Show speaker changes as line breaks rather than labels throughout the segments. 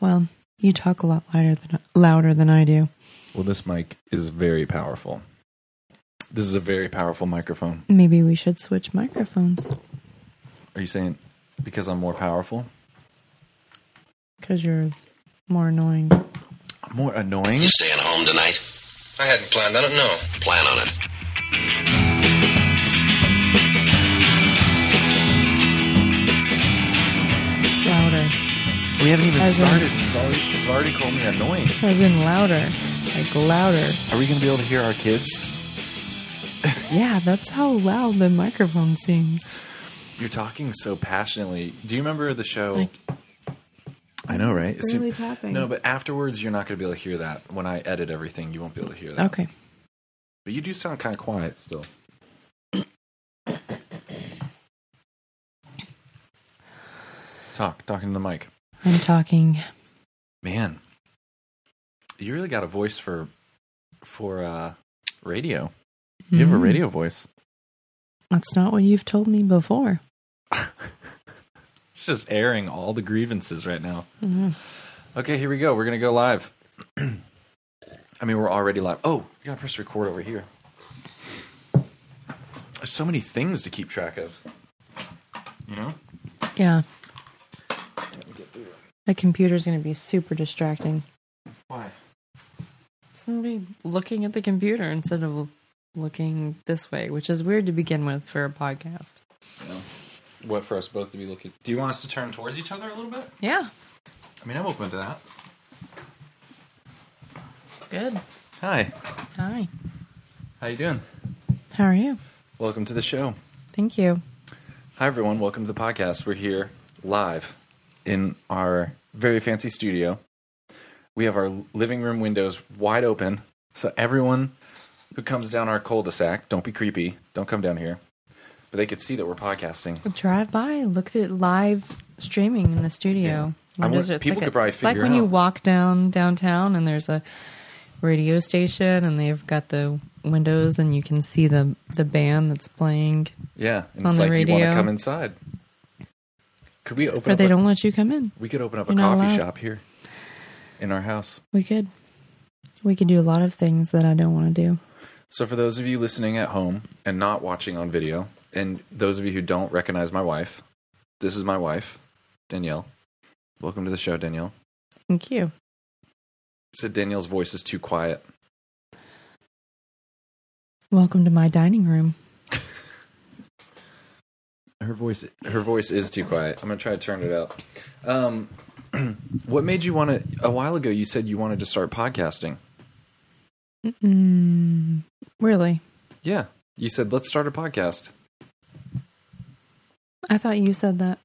Well, you talk a lot louder than louder than I do.
Well, this mic is very powerful. This is a very powerful microphone.
Maybe we should switch microphones
Are you saying because I'm more powerful?
because you're more annoying.
More annoying?
You staying home tonight? I hadn't planned on it, no. Plan on it.
Louder,
We haven't even
As in-
started. You've already, you've already called me annoying.
as in louder, like louder.
Are we going to be able to hear our kids?
Yeah, that's how loud the microphone seems.
You're talking so passionately. Do you remember the show?
Like-
I know, right? As soon-
Barely tapping.
No, but afterwards, you're not going to be able to hear that. When I edit everything, you won't be able to hear that.
Okay,
But you do sound kind of quiet still. Talk, talking to the mic.
I'm talking.
Man, you really got a voice for for uh radio. You have a
Mm.
radio voice.
That's not what you've told me before.
It's just airing all the grievances right now.
Mhm.
Okay, here we go. We're gonna go live. I mean, we're already live. Oh, we gotta press record over here. There's so many things to keep track of. You know.
Yeah, my computer's going to be super distracting.
Why?
Somebody looking at the computer instead of looking this way, which is weird to begin with for a podcast.
What for us both to be looking? Do you want us to turn towards each other a little bit?
Yeah,
I mean, I'm open to that.
good.
Hi,
Hi.
how you doing?
How are you?
Welcome to the show.
Thank you.
Hi everyone, welcome to the podcast. We're here live in our very fancy studio. We have our living room windows wide open, so everyone who comes down our cul-de-sac, don't be creepy, don't come down here. But they could see that we're podcasting.
Drive by, look at live streaming in the studio.
Yeah. I
Windows
wonder-
are- it's
people
like
could
a-
probably
It's like
figure
when you
out.
walk down downtown and there's a radio station and they've got the windows and you can see the the band that's playing,
Yeah, and
On
it's
the
like you want
radio.
to come inside. Could we open
but
up
they
a,
don't let you come in.
we could open up a
you're not
coffee
allowed.
shop here in our house.
We could we could do a lot of things that I don't want to do.
So, for those of you listening at home and not watching on video, and those of you who don't recognize my wife, this is my wife, Danielle. Welcome to the show, Danielle.
Thank you.
It said Danielle's voice is too quiet.
Welcome to my dining room.
Her voice, her voice is too quiet. I'm gonna try to turn it up. Um, what made you want to? A while ago, you said you wanted to start podcasting.
Mm, really?
Yeah, you said let's start a podcast.
I thought you said that.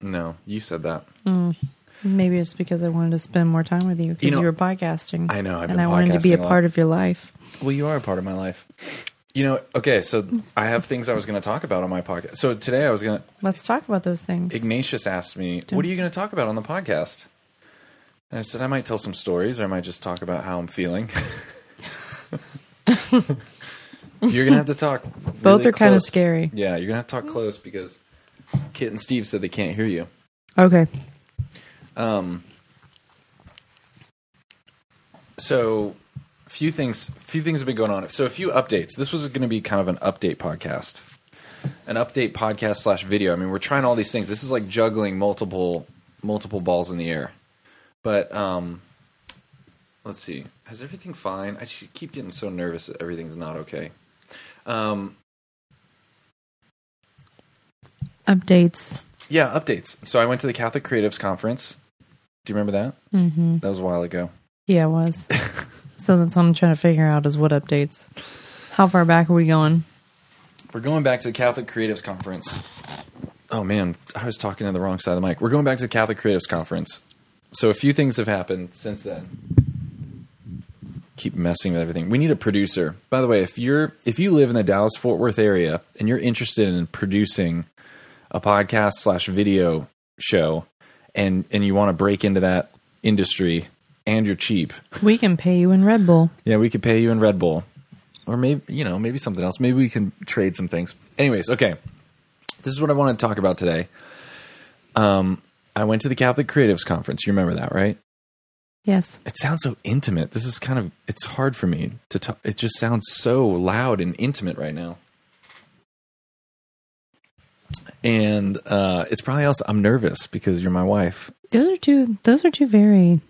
No, you said that.
Mm. Maybe it's because I wanted to spend more time with you because you,
You know-
were podcasting.
I know. I've
and
been
I wanted to be a
podcasting lot.
part of your life.
Well, you are a part of my life. You know, okay, so I have things I was going to talk about on my podcast. So today I was going to,
Let's talk about those things.
Ignatius asked me, What are you going to talk about on the podcast? And I said, I might tell some stories or I might just talk about how I'm feeling. you're going to have to talk.
Both
really
are kind of
close.
scary.
Yeah, you're going to have to talk close because Kit and Steve said they can't hear you.
Okay.
Um, so few things few things have been going on. So a few updates. This was going to be kind of an update podcast, an update podcast slash video. I mean, we're trying all these things. This is like juggling multiple multiple balls in the air. But um, let's see. Has everything fine? I just keep getting so nervous that everything's not okay. Um,
Updates.
yeah, updates. So I went to the Catholic Creatives Conference. Do you remember that?
Mm-hmm.
That was a while ago.
Yeah, it was. so that's what I'm trying to figure out is what updates. How far back are we going?
We're going back to the Catholic Creatives Conference. Oh man, I was talking to the wrong side of the mic. We're going back to the Catholic Creatives Conference. So a few things have happened since then. Keep messing with everything. We need a producer. By the way, if you're if you live in the Dallas Fort Worth area and you're interested in producing a podcast slash video show and and you want to break into that industry and you're cheap,
We can pay you in Red Bull.
yeah, we could pay you in Red Bull, or maybe you know maybe something else. Maybe we can trade some things. Anyways, okay, this is what I want to talk about today. Um, I went to the Catholic Creatives Conference. You remember that, right?
Yes.
It sounds so intimate. This is kind of it's hard for me to talk. It just sounds so loud and intimate right now. And uh, it's probably also I'm nervous because you're my wife.
Those are two those are two very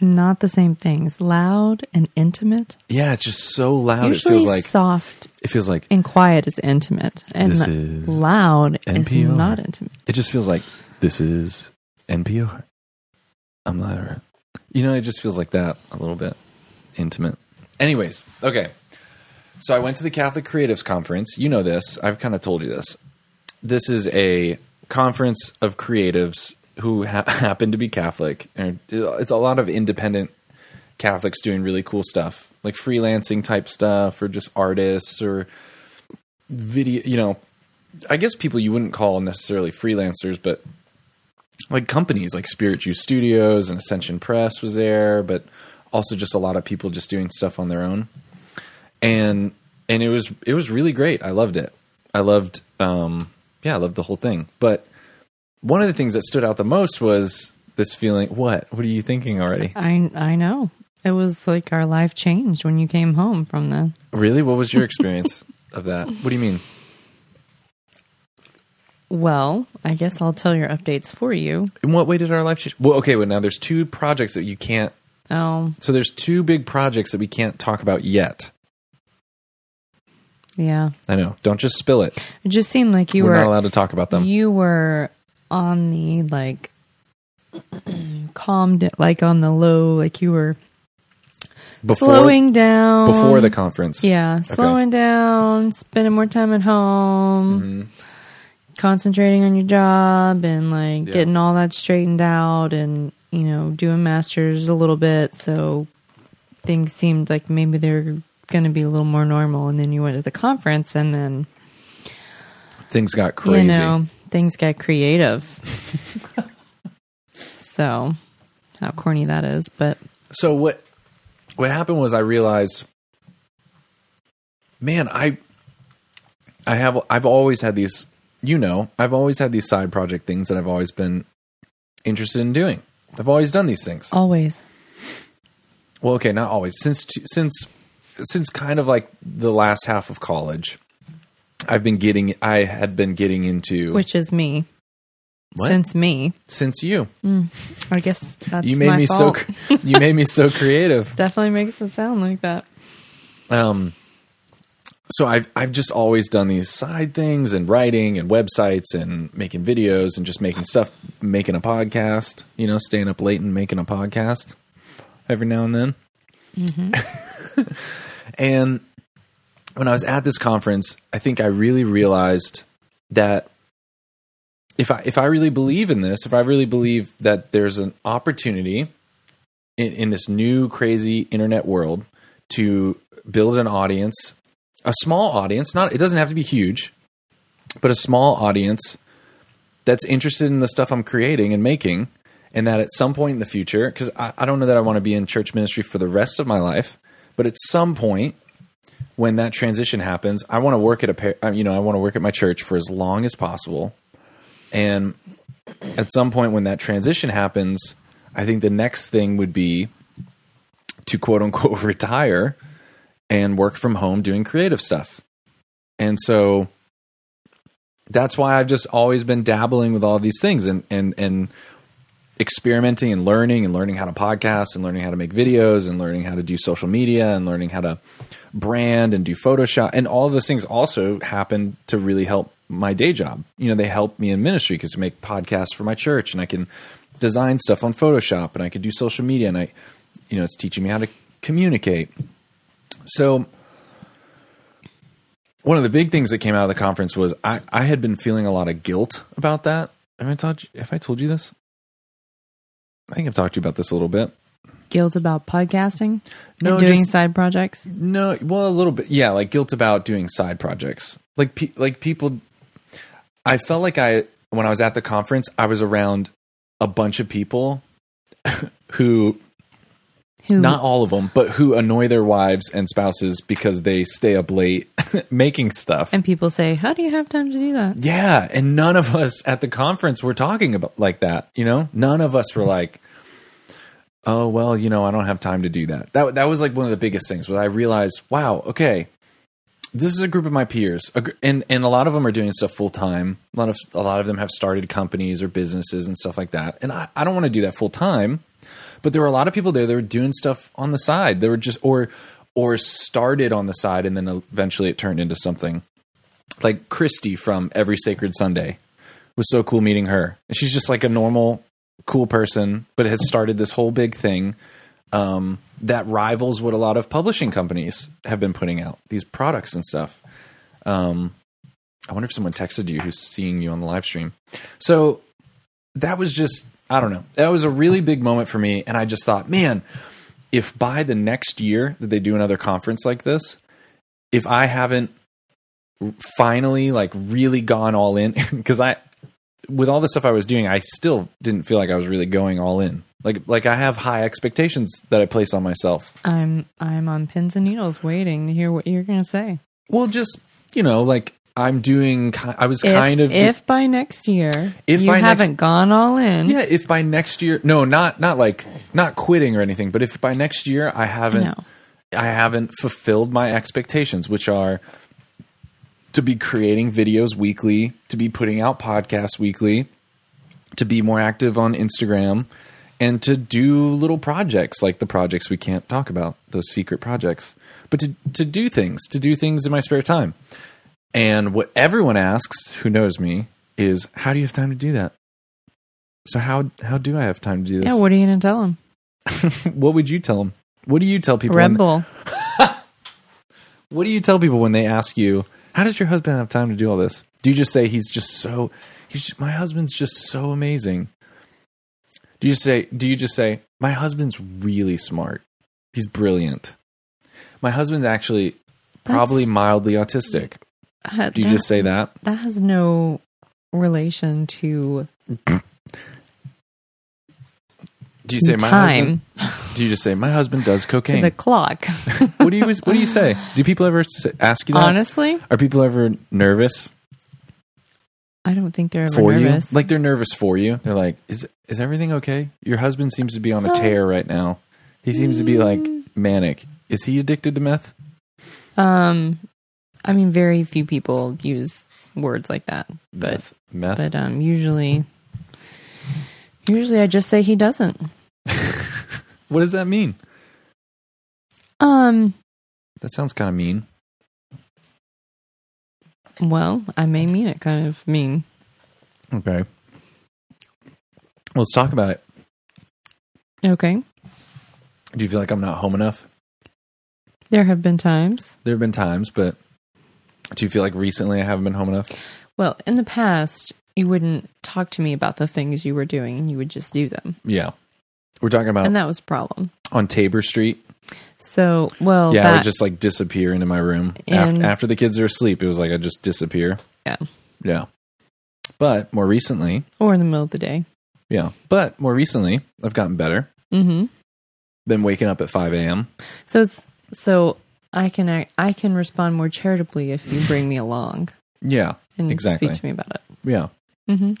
not the same things. Loud and intimate.
Yeah, it's just so loud.
Usually
it feels like
soft
it feels like
and quiet is intimate. And
This is
loud is
NPR.
not intimate.
it just feels like this is NPR. I'm Lyra. You know, it just feels like that a little bit intimate. Anyways, okay. So I went to the Catholic Creatives Conference. You know this. I've kind of told you this. This is a conference of creatives who ha- happen to be Catholic, and it's a lot of independent Catholics doing really cool stuff, like freelancing type stuff, or just artists, or video. You know, I guess people you wouldn't call necessarily freelancers, but like companies like Spirit Juice Studios and Ascension Press was there, but also just a lot of people just doing stuff on their own. And and it was it was really great. I loved it. I loved um yeah, I loved the whole thing. But one of the things that stood out the most was this feeling what? What are you thinking already?
I I know. It was like our life changed when you came home from the
Really? What was your experience of that? What do you mean?
well, I guess I'll tell your updates for you.
In what way did our life change? Well, okay, well now there's two projects that you can't
Oh,
So there's two big projects that we can't talk about yet.
yeah.
I know. Don't just spill it.
It just seemed like you
We're
were
not allowed to talk about them.
You were on the like calmed, like on the low, like you were
before
slowing down
before the conference.
yeah, slowing down, spending more time at home,
Mm-hmm.
concentrating on your job, and like
Yeah.
getting all that straightened out, and you know doing masters a little bit. So things seemed like maybe they're going to be a little more normal, and then you went to the conference, and then
Things got crazy.
you know, things get creative. so, how corny that is, but
So what what happened was I realized man, I I have I've always had these, you know, I've always had these side project things that I've always been interested in doing. I've always done these things.
always.
well okay not always since since since kind of like the last half of college i've been getting i had been getting into
Which is me.
What?
Since me.
since you
I guess that's
you made
my
me
fault.
so cr- you made me so creative
Definitely makes it sound like that.
um so i've i've just always done these side things and writing and websites and making videos and just making stuff making a podcast you know staying up late and making a podcast every now and then and when i was at this conference i think i really realized that if i if i really believe in this if i really believe that there's an opportunity in, in this new crazy internet world to build an audience, a small audience, not it doesn't have to be huge, but a small audience that's interested in the stuff I'm creating and making, and that at some point in the future, because I, I don't know that I want to be in church ministry for the rest of my life, but at some point when that transition happens, I want to work at a par- uh, you know I want to work at my church for as long as possible, and at some point when that transition happens, I think the next thing would be to quote unquote retire and work from home doing creative stuff. And so that's why I've just always been dabbling with all these things and and and experimenting and learning and learning how to podcast and learning how to make videos and learning how to do social media and learning how to brand and do Photoshop and all of those things also happen to really help my day job. You know, they help me in ministry because I make podcasts for my church and I can design stuff on Photoshop and I can do social media and I, you know, it's teaching me how to communicate. So one of the big things that came out of the conference was I, I had been feeling a lot of guilt about that. Have I, taught you, have I told you this? I think I've talked to you about this a little bit.
Guilt about podcasting
No,
and doing
just-
side projects.
No, well, a little bit. Yeah, like guilt about doing side projects. Like pe- like people I felt like I when I was at the conference, I was around a bunch of people who
Who
not all of them, but who annoy their wives and spouses because they stay up late making stuff.
and people say, How do you have time to do that?
Yeah, and none of us at the conference were talking about like that, you know? None of us were like oh well, you know, I don't have time to do that. That that was like one of the biggest things where I realized, wow, okay, this is a group of my peers, a gr- and and a lot of them are doing stuff full time. A lot of a lot of them have started companies or businesses and stuff like that. And I, I don't want to do that full time, but there were a lot of people there that were doing stuff on the side. They were just or or started on the side, and then eventually it turned into something. Like Christy from Every Sacred Sunday was so cool meeting her. And she's just like a normal, cool person, but has started this whole big thing um, that rivals what a lot of publishing companies have been putting out these products and stuff. Um, I wonder if someone texted you who's seeing you on the live stream. So that was just, I don't know. That was a really big moment for me. And I just thought, man, if by the next year that they do another conference like this, if I haven't finally like really gone all in, because I, with all the stuff I was doing, I still didn't feel like I was really going all in. Like like I have high expectations that I place on myself.
I'm I'm on pins and needles waiting to hear what you're going to say.
Well, just you know, like I'm doing. ki- I was
If,
kind of
if by next year
If
you
by next-
haven't gone all in,
yeah. If by next year, no, not not like not quitting or anything, but if by next year I haven't
know.
I haven't fulfilled my expectations, which are to be creating videos weekly, to be putting out podcasts weekly, to be more active on Instagram, and to do little projects like the projects we can't talk about, those secret projects, but to, to do things, to do things in my spare time. And what everyone asks who knows me is, how do you have time to do that? So how how do I have time to do this?
yeah, what are you going to tell them?
what would you tell them? What do you tell people?
Red
when-
Bull.
What do you tell people when they ask you, "How does your husband have time to do all this?" Do you just say he's just so he's just, my husband's just so amazing? Do you say do you just say my husband's really smart. He's brilliant. My husband's actually probably
That's-
mildly autistic.
Uh,
Do you
that-
just say that?
that has no relation to
Do you say my
time
husband? Do you just say my husband does
to
cocaine?
the clock.
what do you what do you say? Do people ever s- ask you that?
Honestly,
Are people ever nervous
I don't think they're ever
for
nervous.
you? Like they're nervous for you. They're like, "Is is everything okay? Your husband seems to be on a tear right now. He seems to be like
Mm.
manic. Is he addicted to meth?"
um, I mean, very few people use words like that, but
meth. meth.
but um, usually, usually I just say he doesn't.
what does that mean?
Um,
That sounds kind of mean.
well, I may mean it kind of mean.
Okay. Let's talk about it.
Okay,
Do you feel like I'm not home enough?
there have been times.
There have been times, but do you feel like recently I haven't been home enough?
Well, in the past, you wouldn't talk to me about the things you were doing; you would just do them,
Yeah. We're talking about
and that was a problem.
on Tabor Street.
So, well,
yeah, I would
Oh, that,
just like disappear into my room after,
And-
after the kids are asleep. It was like I just disappear.
yeah,
Yeah. But more recently,
or in the middle of the day.
yeah. But more recently, I've gotten better.
hmm
Been waking up at 5 a.m.
So it's so I can I, I can respond more charitably if you bring me along
Yeah.
and
Exactly.
speak to me about it,
Yeah.
hmm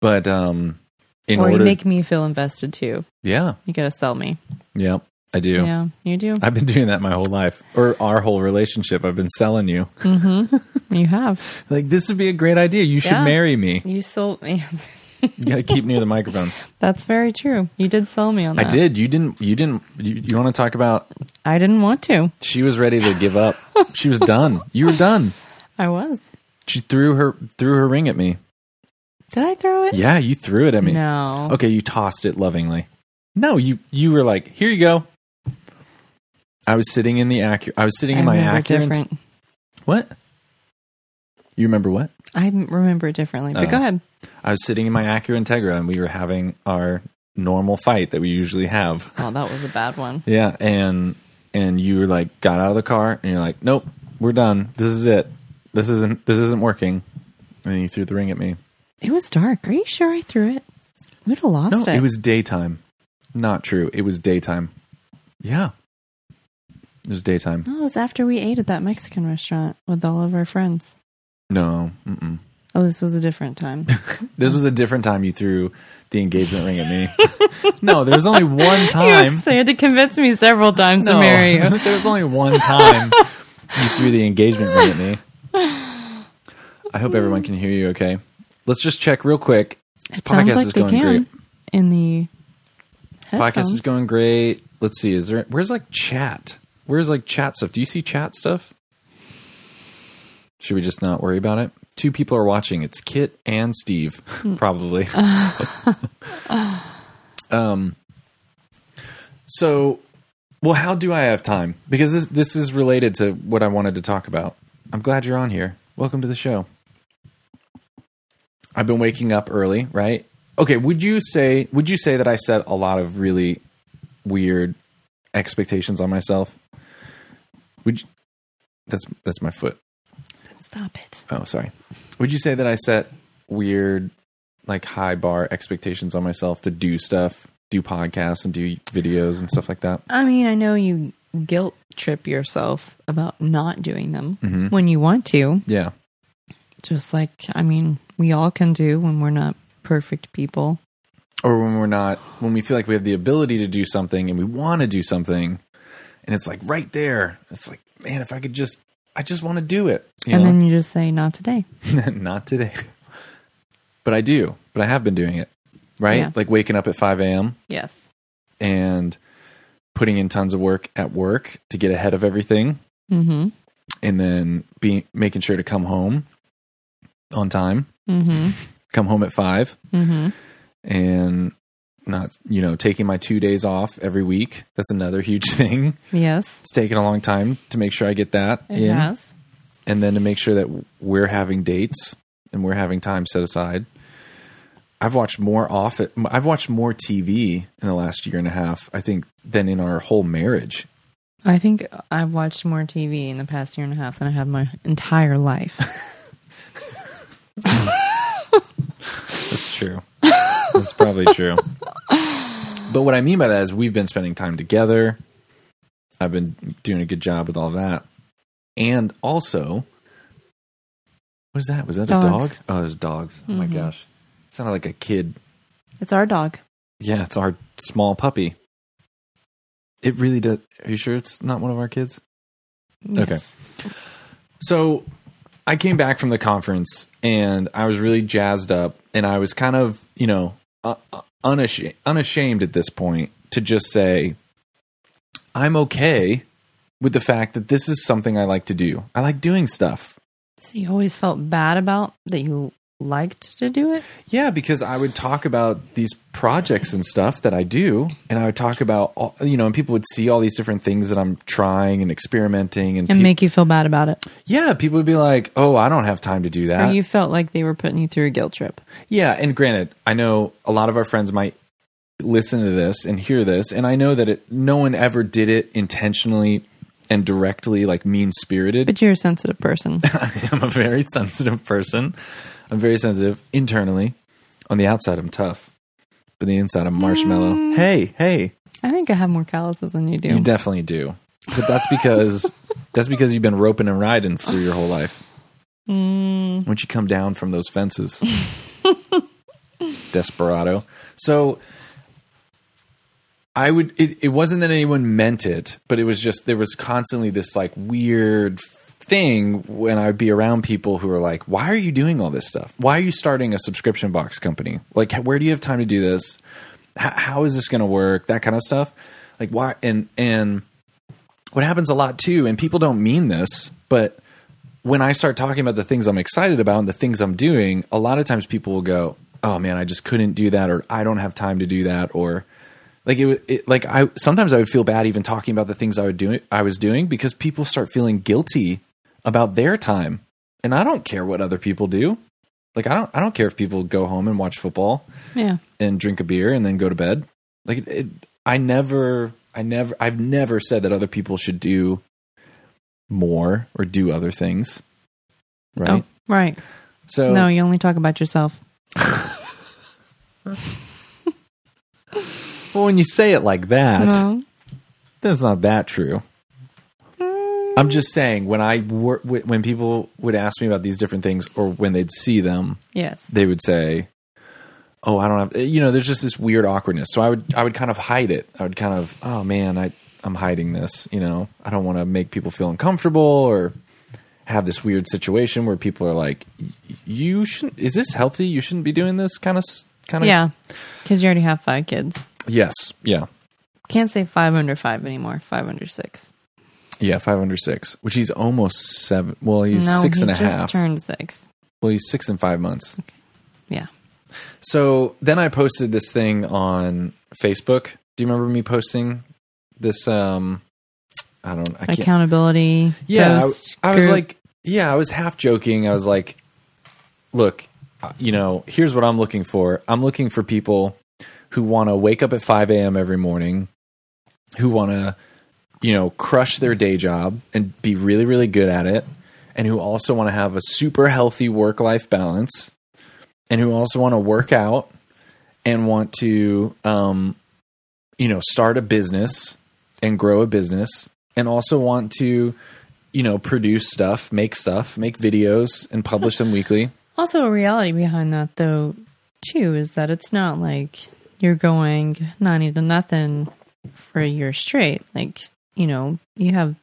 But um in
or
order
you make me feel invested too.
Yeah.
You gotta sell me.
Yeah. I do.
Yeah, you do.
I've been doing that my whole life or our whole relationship. I've been selling you. Mm-hmm.
You have.
Like this would be a great idea. You should
Yeah.
marry me.
You sold me.
You got to keep near the microphone.
That's very true. You did sell me on
I
that.
did. You didn't you didn't you, you want to talk about
I didn't want to.
she was ready to give up. She was done. You were done.
I was.
She threw her threw her ring at me.
Did I throw it?
Yeah, you threw it at me.
No.
Okay, you tossed it lovingly. No, you you were like, "Here you go." I was sitting in the Acura. I was sitting
I
in my
remember
Acura. and-
different.
what? You remember what?
I remember it differently. But
Oh.
go ahead.
I was sitting in my Acura Integra, and we were having our normal fight that we usually have.
Oh, that was a bad one.
Yeah, and and you were like, got out of the car, and you're like, "Nope, we're done. This is it. This isn't this isn't working." And then you threw the ring at me.
It was dark. Are you sure I threw it? We'd have
No,
lost
it was daytime. Not true. It was daytime. Yeah, it was daytime.
No, it was after we ate at that Mexican restaurant with all of our friends.
No. Mm-mm.
Oh, this was a different time.
This was a different time you threw the engagement ring at me. no, there was only one time.
So you had to convince me several times to marry you.
there was only one time you threw the engagement ring at me. I hope everyone can hear you okay. Let's just check real quick. This
It sounds like
is
they
going
can
great.
in the
Podcast
headphones.
is going great. Let's see. Is there where's like chat? Where's like chat stuff? Do you see chat stuff? Should we just not worry about it? Two people are watching. It's Kit and Steve, probably. um so well, how do I have time? Because this this is related to what I wanted to talk about. I'm glad you're on here. Welcome to the show. I've been waking up early, right? Okay, would you say would you say that I set a lot of really weird expectations on myself? Would you, That's that's my foot.
Stop it.
Oh, sorry. Would you say that I set weird like high bar expectations on myself to do stuff, do podcasts and do videos and stuff like that?
I mean, I know you guilt trip yourself about not doing them
Mm-hmm.
when you want to.
Yeah.
Just like, I mean, we all can do when we're not perfect people.
or when we're not when we feel like we have the ability to do something and we want to do something and it's like right there it's like man if i could just i just want to do it you
and
know
then you just say, not today.
not today but i do but i have been doing it right
Yeah.
like waking up at 5 a.m
Yes.
and putting in tons of work at work to get ahead of everything
Mm
and then being making sure to come home on time
hmm. Mm
come home at 5
hmm. Mm hmm.
and not you know taking my two days off every week that's another huge thing
Yes.
it's taken a long time to make sure i get that
It
in
has.
and then to make sure that we're having dates and we're having time set aside i've watched more off i've watched more tv in the last year and a half i think than in our whole marriage
I think I've watched more TV in the past year and a half than I have my entire life.
that's true that's probably true but what i mean by that is we've been spending time together i've been doing a good job with all that and also what is that was that
Dogs.
a dog oh there's dogs oh my gosh sounded like a kid
it's our dog.
Yeah, it's our small puppy. It really does. Are you sure it's not one of our kids?
Yes.
So I came back from the conference and I was really jazzed up and I was kind of, you know, uh, uh, unashamed, unashamed at this point to just say, I'm okay with the fact that this is something I like to do. I like doing stuff.
So you always felt bad about that you liked to do it?
Yeah, because I would talk about these projects and stuff that I do, and I would talk about, all, you know, and people would see all these different things that I'm trying and experimenting, and,
And
peop-
make you feel bad about it.
yeah, people would be like, "Oh, I don't have time to do
Or
that."
you felt like they were putting you through a guilt trip.
yeah, and granted, I know a lot of our friends might listen to this and hear this, and I know that it, no one ever did it intentionally and directly, like mean spirited.
But you're a sensitive person.
I am a very sensitive person. I'm very sensitive internally. On the outside, I'm tough, but the inside, I'm marshmallow. Hey, hey,
I think I have more calluses than you do.
you definitely do. But that's because that's because you've been roping and riding through your whole life. Once you come down from those fences, desperado. So I would. It, it wasn't that anyone meant it, but it was just there was constantly this like weird thing when I would be around people who were like, "Why are you doing all this stuff? Why are you starting a subscription box company? Like, h- where do you have time to do this? H- how is this going to work? That kind of stuff. Like, why? And and what happens a lot too, and people don't mean this, but when I start talking about the things I'm excited about and the things I'm doing, a lot of times people will go, "Oh man, I just couldn't do that," or "I don't have time to do that," or like it, it like I sometimes I would feel bad even talking about the things I would do I was doing because people start feeling guilty about their time, and I don't care what other people do. Like I don't I don't care if people go home and watch football
Yeah.
and drink a beer and then go to bed. Like it, it, I never, I never, I've never said that other people should do more or do other things.
Oh,
Right.
right.
So
no, you only talk about yourself.
well, when you say it like that,
No.
that's not that true. I'm just saying when I wor- wh- when people would ask me about these different things or when they'd see them,
Yes.
they would say, oh, I don't have, you know, there's just this weird awkwardness. So I would, I would kind of hide it. I would kind of, oh man, I, I'm hiding this, you know, I don't want to make people feel uncomfortable or have this weird situation where people are like, you shouldn't, is this healthy? You shouldn't be doing this kind of, s- kind of.
Yeah, because you already have five kids.
Yes. Yeah.
Can't say five under five anymore. Five under six.
Yeah. Five under six, which he's almost seven. Well, he's
no,
six
he
and a half.
just turned six.
well, he's six and five months.
Yeah.
So then I posted this thing on Facebook. Do you remember me posting this? Um, I don't. I can't.
Accountability.
yeah, I-
post,
I, was
group.
like, yeah, I was half joking. I was like, look, uh, you know, here's what I'm looking for. I'm looking for people who want to wake up at 5 a.m. every morning, who want to, you know, crush their day job and be really, really good at it, and who also want to have a super healthy work life balance, and who also want to work out and want to, um, you know, start a business and grow a business, and also want to, you know, produce stuff, make stuff, make videos, and publish them weekly.
Also, a reality behind that, though, too, is that it's not like you're going 90 to nothing for a year straight. Like, you know, you have,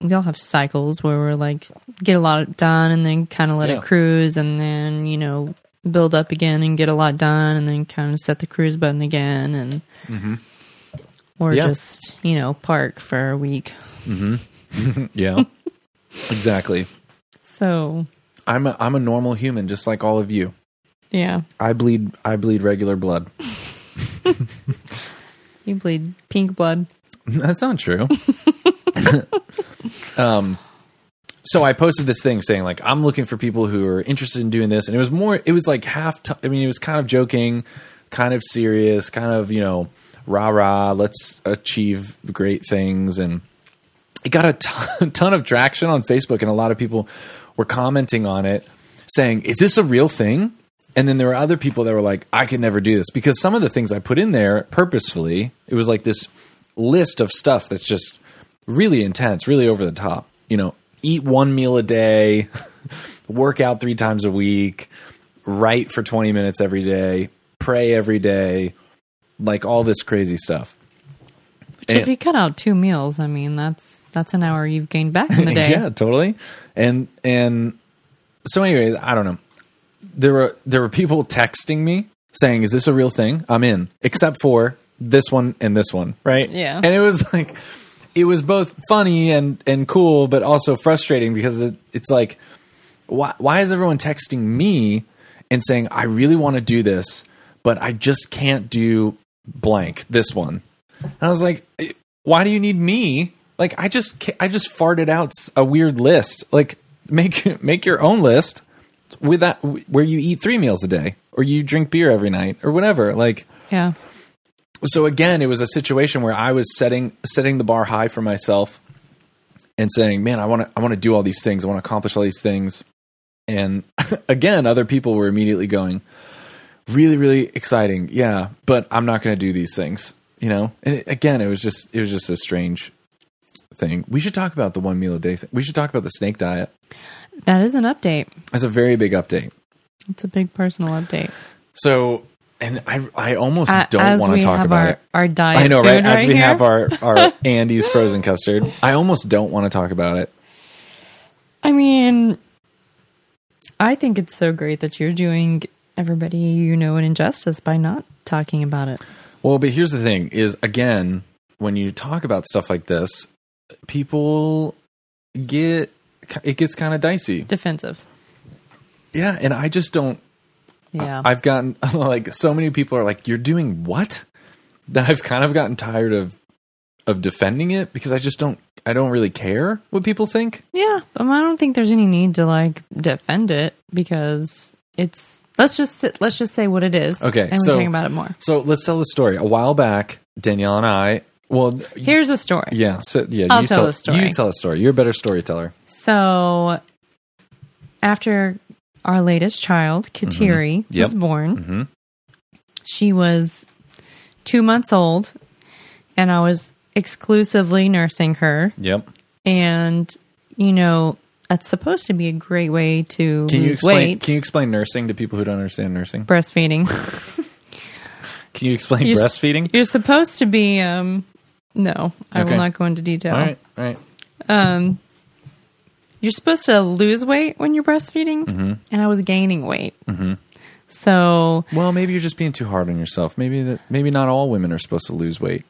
we all have cycles where we're like, get a lot done and then kind of let
Yeah.
it cruise and then, you know, build up again and get a lot done and then kind of set the cruise button again and, or
Mm-hmm. Yeah.
just, you know, park for a week.
Yeah, exactly.
So,
I'm a, I'm a normal human, just like all of you.
yeah,
I bleed I bleed regular blood.
you bleed pink blood.
That's not true. um, so I posted this thing saying like I'm looking for people who are interested in doing this, and it was more. It was like half. T- I mean, it was kind of joking, kind of serious, kind of you know, rah rah. Let's achieve great things, and it got a ton, ton of traction on Facebook, and a lot of people were commenting on it, saying, "Is this a real thing?" And then there were other people that were like, "I could never do this," because some of the things I put in there purposefully, it was like this list of stuff that's just really intense, really over the top. You know, eat one meal a day, work out three times a week, write for 20 minutes every day, pray every day, like all this crazy stuff.
Which if
And-
you cut out two meals, I mean that's that's an hour you've gained back in the day.
yeah, totally. And and so, anyways, I don't know. There were there were people texting me saying, "Is this a real thing?" I'm in, except for this one and this one, right?
Yeah.
And it was like, it was both funny and and cool, but also frustrating because it, it's like, why why is everyone texting me and saying I really want to do this, but I just can't do blank this one? And I was like, "Eh, why do you need me? Like I just ca- I just farted out s- a weird list. Like make make your own list with that where you eat three meals a day or you drink beer every night or whatever. Like
Yeah.
so again, it was a situation where I was setting setting the bar high for myself and saying, "Man, I want to I want to do all these things. I want to accomplish all these things." And again, other people were immediately going, "Really, really exciting. Yeah, but I'm not going to do these things." You know? And it- again, it was just it was just a strange thing. We should talk about the one meal a day thing. We should talk about the snake diet.
That is an update.
That's a very big update.
It's a big personal update.
So, and I I almost
A-
don't
as
want
we
to talk
have
about
our,
it.
our diet.
I know, right?
food
As we
here.
have our, our Andy's frozen custard, I almost don't want to talk about it.
I mean I think it's so great that you're doing everybody you know an injustice by not talking about it.
Well, but here's the thing: is again, when you talk about stuff like this, people get it gets kind of dicey.
Defensive.
Yeah, and I just don't.
Yeah.
I've gotten like so many people are like, "You're doing what?" That I've kind of gotten tired of of defending it because I just don't. I don't really care what people think.
Yeah, um, I don't think there's any need to like defend it because it's let's just sit, let's just say what it is.
Okay,
and we
so-
talk about it more.
So let's tell the story. A while back, Danielle and I. Well,
Here's a story.
Yeah, so yeah,
I'll
you
tell a story.
You tell a story. You're a better storyteller.
So after our latest child, Kateri,
Mm-hmm. Yep. Mm-hmm.
was born, she was two months old, and I was exclusively nursing her.
Yep.
And you know that's supposed to be a great way to
Can you
lose
explain?
weight.
Can you explain nursing to people who don't understand nursing?
breastfeeding.
Can you explain
You're s-
breastfeeding?
You're supposed to be. Um, no, I
Okay.
will not go into detail.
All right, all right.
Um, you're supposed to lose weight when you're breastfeeding,
Mm-hmm.
and I was gaining weight. So
Well, maybe you're just being too hard on yourself. Maybe that maybe not all women are supposed to lose weight.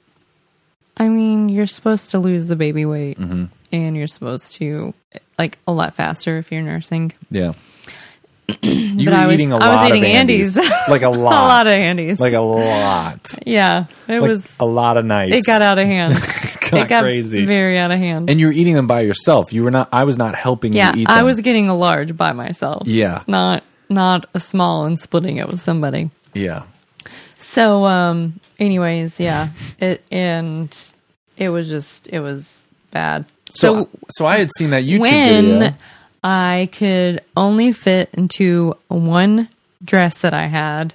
I mean, you're supposed to lose the baby weight,
Mm-hmm.
and you're supposed to like a lot faster if you're nursing.
Yeah. You
But
were
I was-
eating a
I was
lot
eating
of Andes.
Andes.
like a
A
lot,
lot of Andes.
like a lot,
yeah, it
like
was.
a lot of nights.
It got out of hand. it got
crazy.
very out of hand.
and you were eating them by yourself. You were not. I was not helping
yeah,
you eat them.
I was getting a large by myself.
Yeah.
not not a small and splitting it with somebody.
Yeah.
So, um, anyways, yeah, it and it was just it was bad.
So,
So,
so, I had seen that YouTube
when
video.
I could only fit into one dress that I had,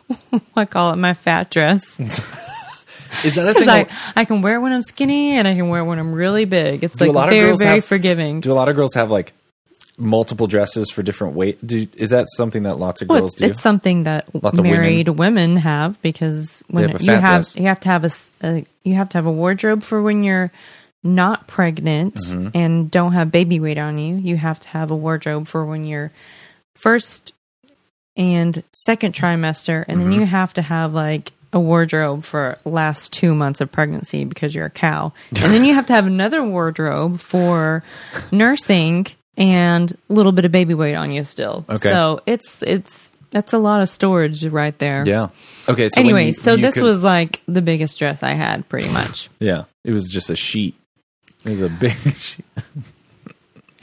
I call it my fat dress
Is that a
because
thing?
I, I can wear it when I'm skinny and I can wear it when I'm really big. It's
do a
like
lot of
very
girls
very
have-
forgiving.
Do a lot of girls have like multiple dresses for different weight? Do is that something that lots of
Well,
girls
it's,
do?
it's something that
Lots of women.
married women. have because when
have a
you
fat
have
dress.
you have to have a, s- a- you have to have a wardrobe for when you're not pregnant
Mm-hmm.
and don't have baby weight on you. You have to have a wardrobe for when you're first and second trimester, and
Mm-hmm.
then you have to have like a wardrobe for last two months of pregnancy because you're a cow, and then you have to have another wardrobe for nursing and a little bit of baby weight on you still.
Okay.
so it's it's that's a lot of storage right there.
yeah. Okay. So when
anyway,
you-
so
you
this
could-
was like the biggest stress I had, pretty much.
yeah. It was just a sheet. It was a big sheet.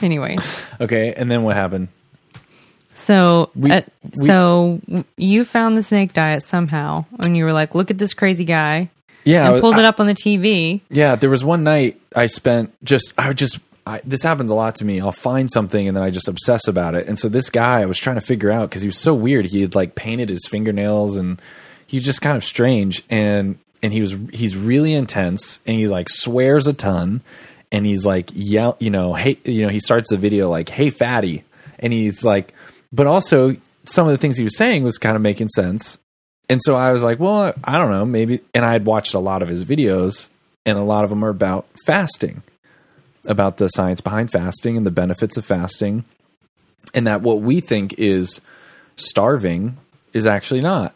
anyway,
Okay, and then what happened?
so
We-
uh,
we-
so you found the snake diet somehow, and you were like, "Look at this crazy guy."
Yeah, I
and
was-
pulled
I-
it up on the TV.
Yeah, there was one night I spent just I would just I, this happens a lot to me. I'll find something and then I just obsess about it. And so this guy I was trying to figure out because he was so weird. He had like painted his fingernails and he was just kind of strange and and he was he's really intense and he like swears a ton and he's like yell you know hey you know he starts the video like hey fatty and he's like but also some of the things he was saying was kind of making sense and so I was like, well, I don't know, maybe. And I had watched a lot of his videos, and a lot of them are about fasting, about the science behind fasting and the benefits of fasting, and that what we think is starving is actually not.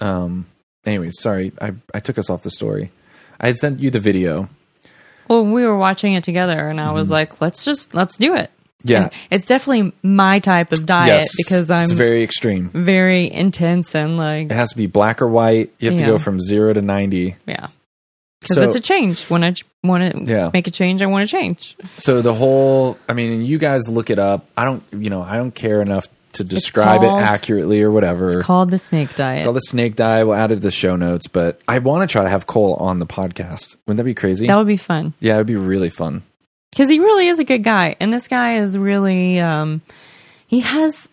Um. Anyways, sorry, I I took us off the story. I had sent you the video.
Well, we were watching it together, and I was like, "Let's just let's do it."
Mm-hmm. Yeah.
And it's definitely my type of diet because I'm
it's
very,
very extreme.
intense and like
It has to be black or white. You have to
Yeah.
go from zero to ninety.
yeah, because
So-
it's a change. When I want to
Yeah.
make a change, I want to change.
So the whole, I mean, and you guys look it up. I don't, you know, I don't care enough to describe
called-
it accurately or whatever. It's
Called the snake diet.
called the snake diet. We'll add it to the show notes, but I want to try to have Cole on the podcast. Wouldn't that be crazy?
that would be fun
yeah, it'd be really fun.
because he really is a good guy, and this guy is really um he has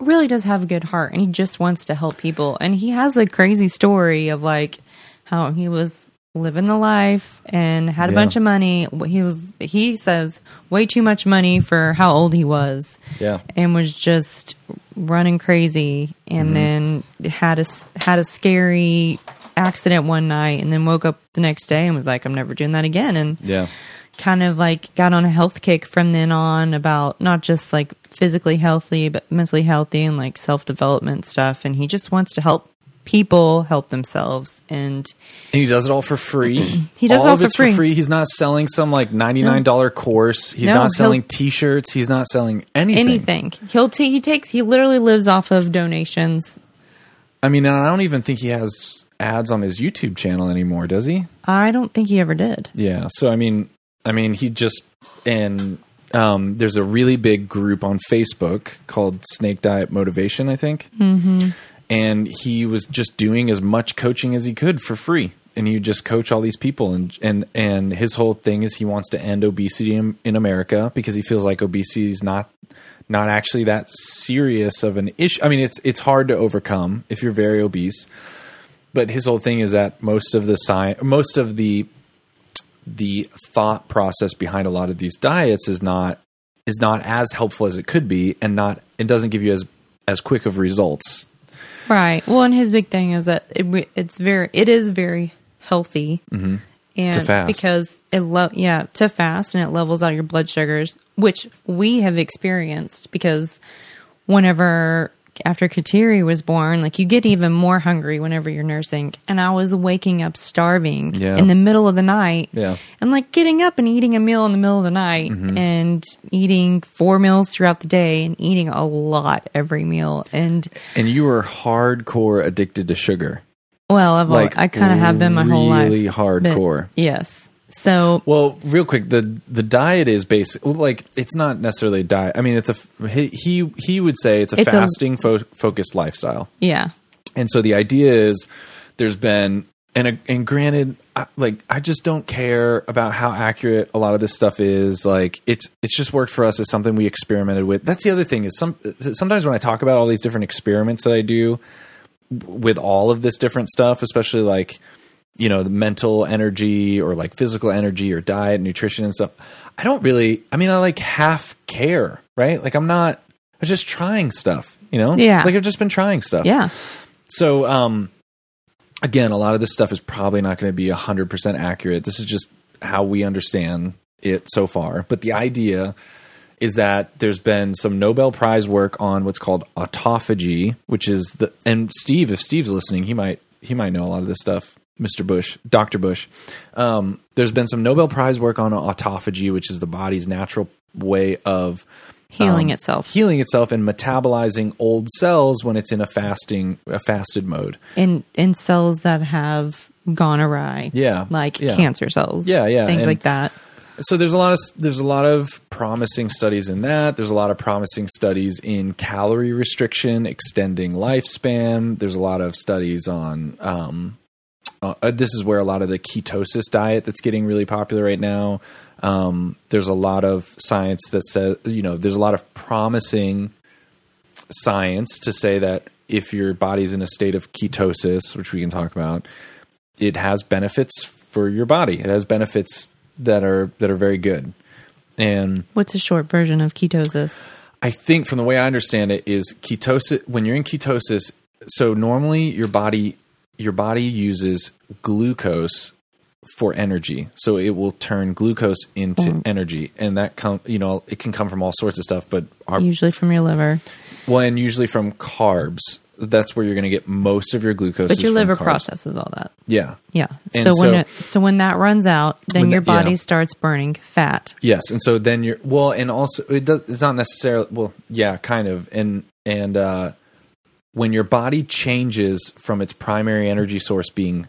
really does have a good heart, and he just wants to help people, and he has a crazy story of like how he was living the life and had a
Yeah.
bunch of money. He was he says way too much money for how old he was.
Yeah.
and was just running crazy
Mm-hmm.
and then had a s- had a scary accident one night and then woke up the next day and was like I'm never doing that again and
Yeah.
kind of like got on a health kick from then on about not just like physically healthy but mentally healthy and like self-development stuff and he just wants to help people help themselves and
And he does it all for free.
He does
all
it all
of
for
it's
free.
He's not selling some like $99 course. He's
No, he'll-
not selling t-shirts. He's not selling anything.
anything he'll t- he takes he literally lives off of donations
I mean, and I don't even think he has ads on his YouTube channel anymore, does he?
I don't think he ever did
Yeah. So I mean, I mean, he just and um, there's a really big group on Facebook called Snake Diet Motivation, I think. Mm-hmm. And he was just doing as much coaching as he could for free, and he would just coach all these people. and and And his whole thing is he wants to end obesity in, in America because he feels like obesity is not not actually that serious of an issue. I mean, it's it's hard to overcome if you're very obese. But his whole thing is that most of the sci- most of the the thought process behind a lot of these diets is not is not as helpful as it could be and not it doesn't give you as as quick of results
Right. Well, and his big thing is that it, w- it's very, it is very healthy, mm-hmm. and
To fast.
because it lo- yeah, to fast and it levels out your blood sugars, which we have experienced because whenever after Kateri was born, like you get even more hungry whenever you're nursing, and I was waking up starving
Yeah.
in the middle of the night,
Yeah. Mm-hmm.
and like getting up and eating a meal in the middle of the night and eating four meals throughout the day and eating a lot every meal and
And you were hardcore addicted to sugar.
Well, I've
Like,
like, I kind of have been my whole life.
really
but-
hardcore.
yes. So
Well, real quick, the the diet is basic. Like it's not necessarily a diet. I mean, it's a f- he he, he would say it's a
It's a-
fasting fo- focused lifestyle.
yeah,
And so the idea is there's been and and granted I, like I just don't care about how accurate a lot of this stuff is like it's it's just worked for us as something we experimented with. That's the other thing is some sometimes when I talk about all these different experiments that I do with all of this different stuff, especially like you know the mental energy or like physical energy or diet nutrition and stuff i don't really i mean i like half care right like i'm not i'm just trying stuff you know
Yeah.
like i've just been trying stuff
yeah,
so, um, again, a lot of this stuff is probably not going to be 100% accurate. This is just how we understand it so far. But the idea is that there's been some Nobel Prize work on what's called autophagy, which is the and Steve, if Steve's listening, he might he might know a lot of this stuff. Mr. Bush, Dr. Bush. Um, there's been some Nobel Prize work on autophagy, which is the body's natural way of
healing
um,
itself
healing itself and metabolizing old cells when it's in a fasting a fasted mode
in in cells that have gone awry.
Yeah,
like
yeah.
cancer cells.
Yeah, yeah,
things
and-
like that.
so there's a lot of there's a lot of promising studies in that there's a lot of promising studies in calorie restriction extending lifespan there's a lot of studies on um, uh, this is where a lot of the ketosis diet that's getting really popular right now um, there's a lot of science that says you know there's a lot of promising science to say that if your body's in a state of ketosis, which we can talk about, it has benefits for your body. It has benefits that are that are very good. And
What's a short version of ketosis?
I think from the way I understand it is ketosis when you're in ketosis, so normally your body your body uses glucose for energy. So it will turn glucose into
Mm.
energy and that come you know it can come from all sorts of stuff but our
Usually from your liver,
well, and usually from carbs. That's where you're going to get most of your glucose.
but
is
your
from
liver
carbs.
processes all that.
Yeah.
Yeah.
And
so when
so-
it, so when that runs out, then
When
your
that- yeah.
body starts burning fat.
Yes, and so then you're well, and also it does. It's not necessarily well. Yeah, kind of. And and uh, when your body changes from its primary energy source being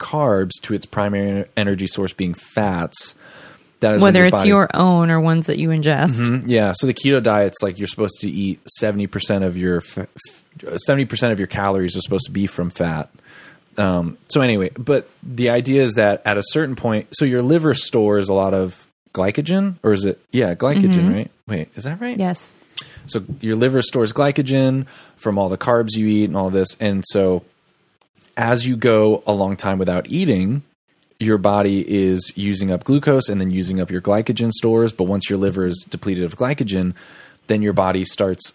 carbs to its primary energy source being fats, that is when
Whether
your
it's
body-
your own or ones that you ingest.
Mhm, yeah. So the keto diet's like you're supposed to eat seventy percent of your seventy percent of your calories are supposed to be from fat. Um, so anyway, but the idea is that at a certain point, so your liver stores a lot of glycogen, or is it? Yeah, glycogen, right? Wait, is that right?
Yes.
So your liver stores glycogen from all the carbs you eat and all this. And so as you go a long time without eating, your body is using up glucose and then using up your glycogen stores. But once your liver is depleted of glycogen, then your body starts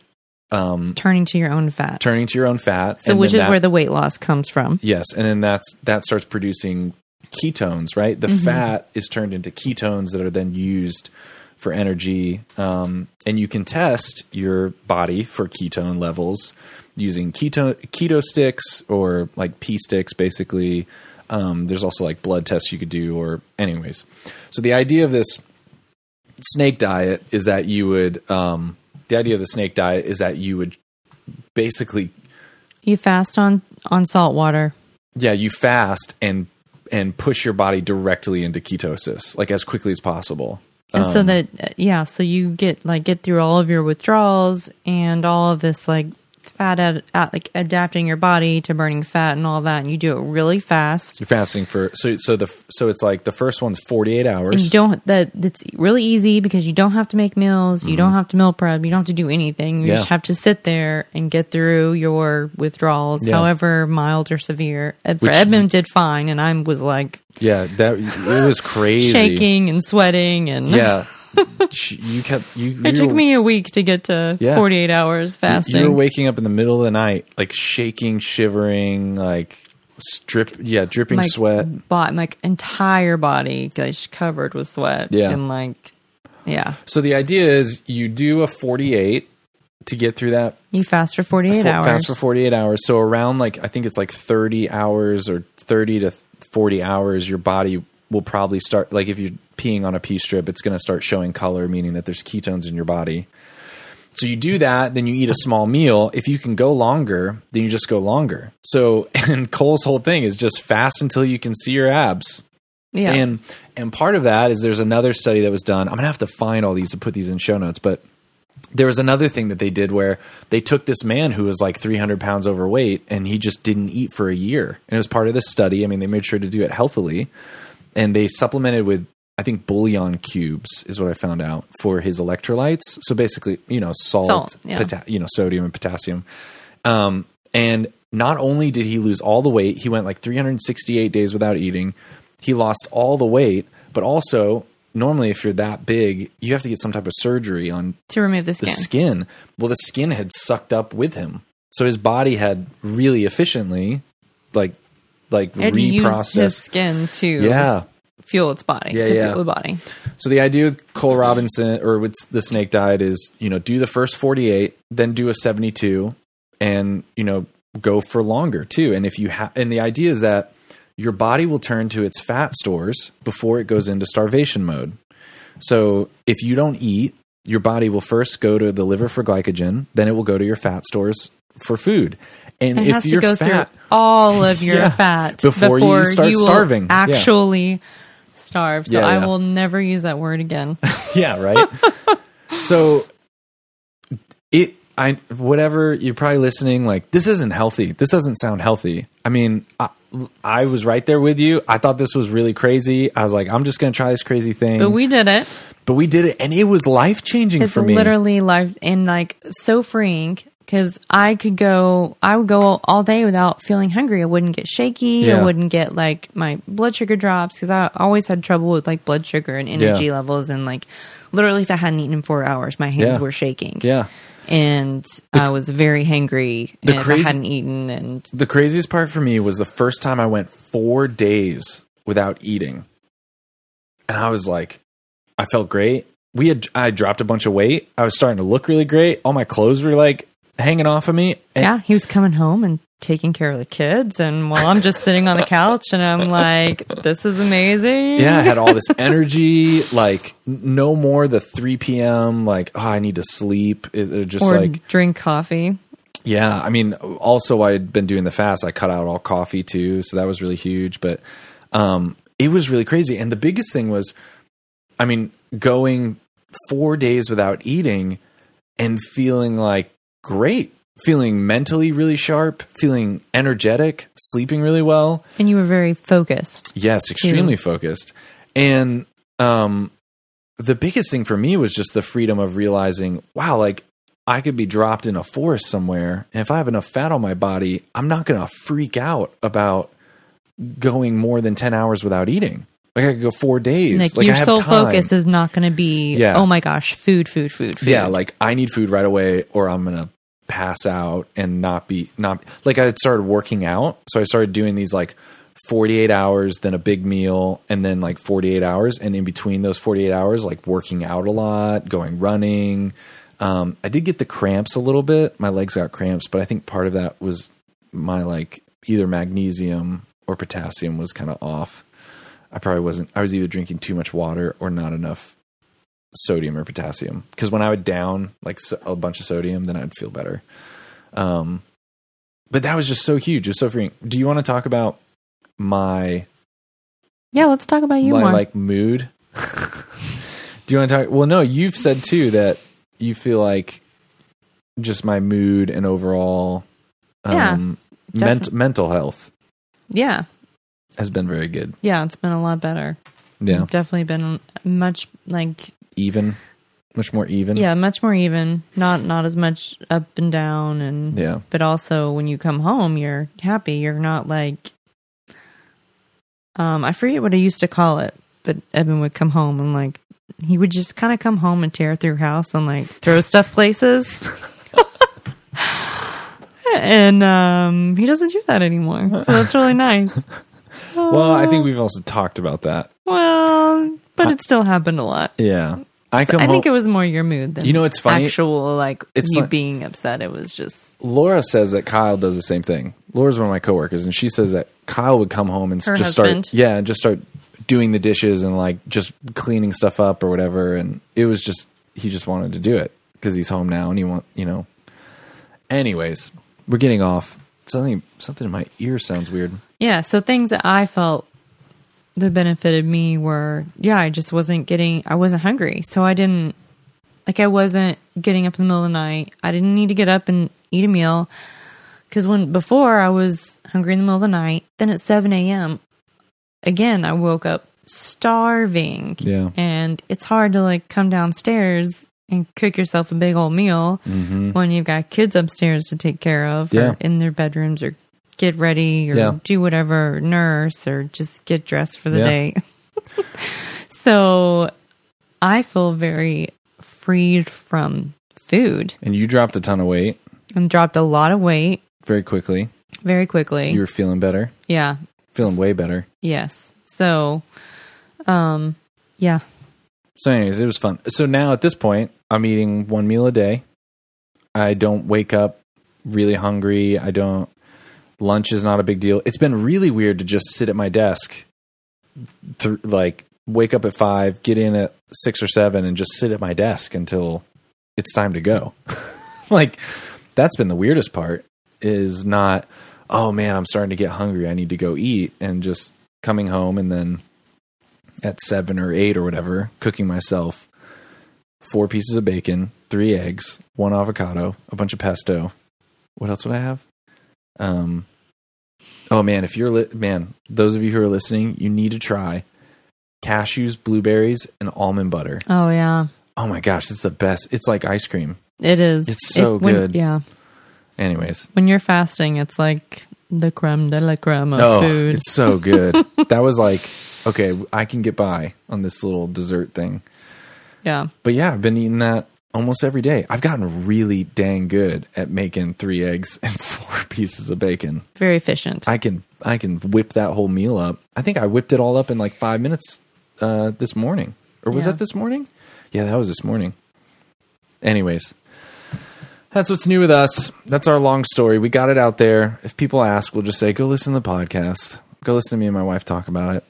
Turning to your own fat.
turning to your own fat.
so
and
which
then
is
that-
where the weight loss comes from.
Yes, and then that's that starts producing ketones, right? The fat is turned into ketones that are then used for energy, um, and you can test your body for ketone levels using keto keto sticks or like pee sticks, basically. Um, there's also like blood tests you could do, or anyways. So the idea of this snake diet is that you would um, the idea of the snake diet is that you would basically
You fast on on salt water.
yeah you fast and and push your body directly into ketosis like as quickly as possible
and
Um.
so that uh, yeah so you get like get through all of your withdrawals and all of this like fat ad, ad, like adapting your body to burning fat and all that and you do it really fast
you're fasting for so so the so it's like the first one's
and
48
you
hours
don't that that's really easy because you don't have to make meals you don't have to meal prep you don't have to do anything you
Mm-hmm. Yeah.
just have to sit there and get through your withdrawals
Yeah.
however mild or severe Ed-
Which-
edmund did fine and i was like
yeah that it was crazy
shaking and sweating and
yeah Sh- you kept you. you
It took
were-
me a week to get to
Yeah.
48 hours fasting.
You were waking up in the middle of the night, like shaking, shivering, like strip, yeah, dripping
my
sweat.
Bo- my entire body is covered with sweat.
Yeah.
And like, yeah.
So the idea is you do a 48 to get through that
You fast for 48
fo-
hours.
fast for 48 hours. So around like I think it's like 30 hours or 30 to 40 hours your body will probably start like if you're peeing on a pee strip it's going to start showing color meaning that there's ketones in your body. So you do that, then you eat a small meal. If you can go longer, then you just go longer. So and Cole's whole thing is just fast until you can see your abs.
yeah.
And and part of that is there's another study that was done. I'm gonna have to find all these and put these in show notes, but there was another thing that they did where they took this man who was like 300 pounds overweight and he just didn't eat for a year. And it was part of this study. I mean, they made sure to do it healthily, and they supplemented with I think bouillon cubes is what I found out for his electrolytes. So basically, you know, salt,
Salt, yeah.
pota- you know, sodium and potassium. Um, and not only did he lose all the weight, he went like 368 days without eating. He lost all the weight, but also normally if you're that big, you have to get some type of surgery on
to remove the
the
skin.
skin. Well, the skin had sucked up with him, so his body had really efficiently, like, like
It used his
reprocessed.
skin to
Yeah,
fuel its body.
Yeah,
to
yeah.
fuel the body.
So the idea with Cole Robinson or with the snake diet is, you know, do the first 48, then do a 72 and, you know, go for longer too. And if you have, and the idea is that your body will turn to its fat stores before it goes into starvation mode. So if you don't eat, your body will first go to the liver for glycogen, then it will go to your fat stores for food. And,
And it
if
has to
you're
go
fat,
through all of your
Yeah.
fat
Before you start
will
starving. Yeah.
Actually starve. So
Yeah, yeah.
I will never use that word again.
yeah, right. so it I whatever you're probably listening like this isn't healthy. This doesn't sound healthy. I mean, I, I was right there with you. I thought this was really crazy. I was like, I'm just going to try this crazy thing.
But we did it.
But we did it and it was life-changing
It's
for me.
literally life and like so freeing because I could go, I would go all day without feeling hungry. I wouldn't get shaky.
Yeah.
I wouldn't get like my blood sugar drops because I always had trouble with like blood sugar and energy
Yeah.
levels. And like literally, if I hadn't eaten in four hours, my hands
Yeah.
were shaking.
yeah.
And I was very hangry.
the
and
crazy-
I hadn't eaten. And
The craziest part for me was the first time I went 4 days without eating. And I was like, I felt great. We had I dropped a bunch of weight. I was starting to look really great. All my clothes were like hanging off of me. And
yeah, he was coming home and taking care of the kids. And while I'm just sitting on the couch and I'm like, this is amazing.
yeah, I had all this energy. Like n- no more the 3 p.m. Like oh, I need to sleep. It, it just
Or
like
drink coffee.
yeah. I mean, also I'd been doing the fast. I cut out all coffee too, so that was really huge. But um, it was really crazy. And the biggest thing was, I mean, going four days without eating and feeling like great. Feeling mentally really sharp, feeling energetic, sleeping really well.
And you were very focused.
Yes, extremely focused. And um the biggest thing for me was just the freedom of realizing, wow, like I could be dropped in a forest somewhere, and if I have enough fat on my body, I'm not going to freak out about going more than 10 hours without eating. Like I could go 4 days.
Like,
I
your
have
sole
time.
focus is not going to be,
Yeah.
oh my gosh, food, food, food, food.
Yeah, like I need food right away or I'm going to pass out and not be not like I had started working out. So I started doing these like 48 hours, then a big meal, and then like 48 hours and in between those 48 hours like working out a lot, going running. Um I did get the cramps a little bit. My legs got cramps, but I think part of that was my like either magnesium or potassium was kind of off. I probably wasn't. I was either drinking too much water or not enough sodium or potassium. Because when I would down like so, a bunch of sodium, then I'd feel better. Um, but that was just so huge. It was so freeing. Do you want to talk about my
Yeah, let's talk about you
my
more.
like mood? Do you want to talk? Well, no. You've said too that you feel like just my mood and overall
Yeah,
um, ment-
defi-
mental health
yeah,
has been very good.
yeah, it's been a lot better.
Yeah,
Definitely been much like,
even, much more even.
yeah, much more even. Not not as much up and down and
yeah.
but also when you come home you're happy you're not like um i forget what i used to call it but edmund would come home and like he would just kind of come home and tear through your house and like throw stuff places. and um, he doesn't do that anymore. So that's really nice.
Well, I think we've also talked about that.
Well, but it still happened a lot.
Yeah. I come
I
home.
think it was more your mood than
You know, it's funny-
actual like
It's
you
fun-
being upset. It was just
Laura says that Kyle does the same thing. Laura's one of my coworkers, and she says that Kyle would come home and
Her
just
husband.
start, yeah, and just start doing the dishes and like just cleaning stuff up or whatever. And it was just he just wanted to do it because he's home now and he want you know. Anyways, we're getting off. Something something in my ear sounds weird.
Yeah, so things that I felt that benefited me were yeah, I just wasn't getting I wasn't hungry. So I didn't like I wasn't getting up in the middle of the night. I didn't need to get up and eat a meal cuz when before I was hungry in the middle of the night, then at 7 a.m. again I woke up starving.
Yeah.
And it's hard to like come downstairs and cook yourself a big old meal when you've got kids upstairs to take care of
Mm-hmm. Yeah.
or in their bedrooms or get ready or
Yeah.
do whatever, nurse or just get dressed for the
Yeah.
day. so I feel very freed from food
And you dropped a ton of weight
and dropped a lot of weight
very quickly.
very quickly.
You were feeling better,
yeah.
feeling way better.
Yes. So, um, yeah.
So, anyways, it was fun. So now at this point, I'm eating one meal a day. I don't wake up really hungry. I don't. Lunch is not a big deal. It's been really weird to just sit at my desk, th- like wake up at five, get in at six or seven, and just sit at my desk until it's time to go. like that's been the weirdest part is not. Oh man, I'm starting to get hungry. I need to go eat, and just coming home and then at seven or eight or whatever, cooking myself four pieces of bacon, three eggs, one avocado, a bunch of pesto. What else would I have? Um, oh man, if you're li- man, those of you who are listening, you need to try cashews, blueberries, and almond butter.
Oh, yeah.
Oh my gosh, it's the best. It's like ice cream.
It is.
It's so
when-
good.
Yeah.
Anyways,
When you're fasting, it's like the creme de la creme of
oh,
food.
it's so good. that was like okay, I can get by on this little dessert thing.
Yeah.
But yeah, I've been eating that almost every day. I've gotten really dang good at making three eggs and four pieces of bacon.
Very efficient.
I can I can whip that whole meal up. I think I whipped it all up in like five minutes uh, this morning, or was
Yeah.
that this morning? Yeah, that was this morning. Anyways, that's what's new with us. That's our long story. We got it out there. If people ask, we'll just say, "Go listen to the podcast. Go listen to me and my wife talk about it."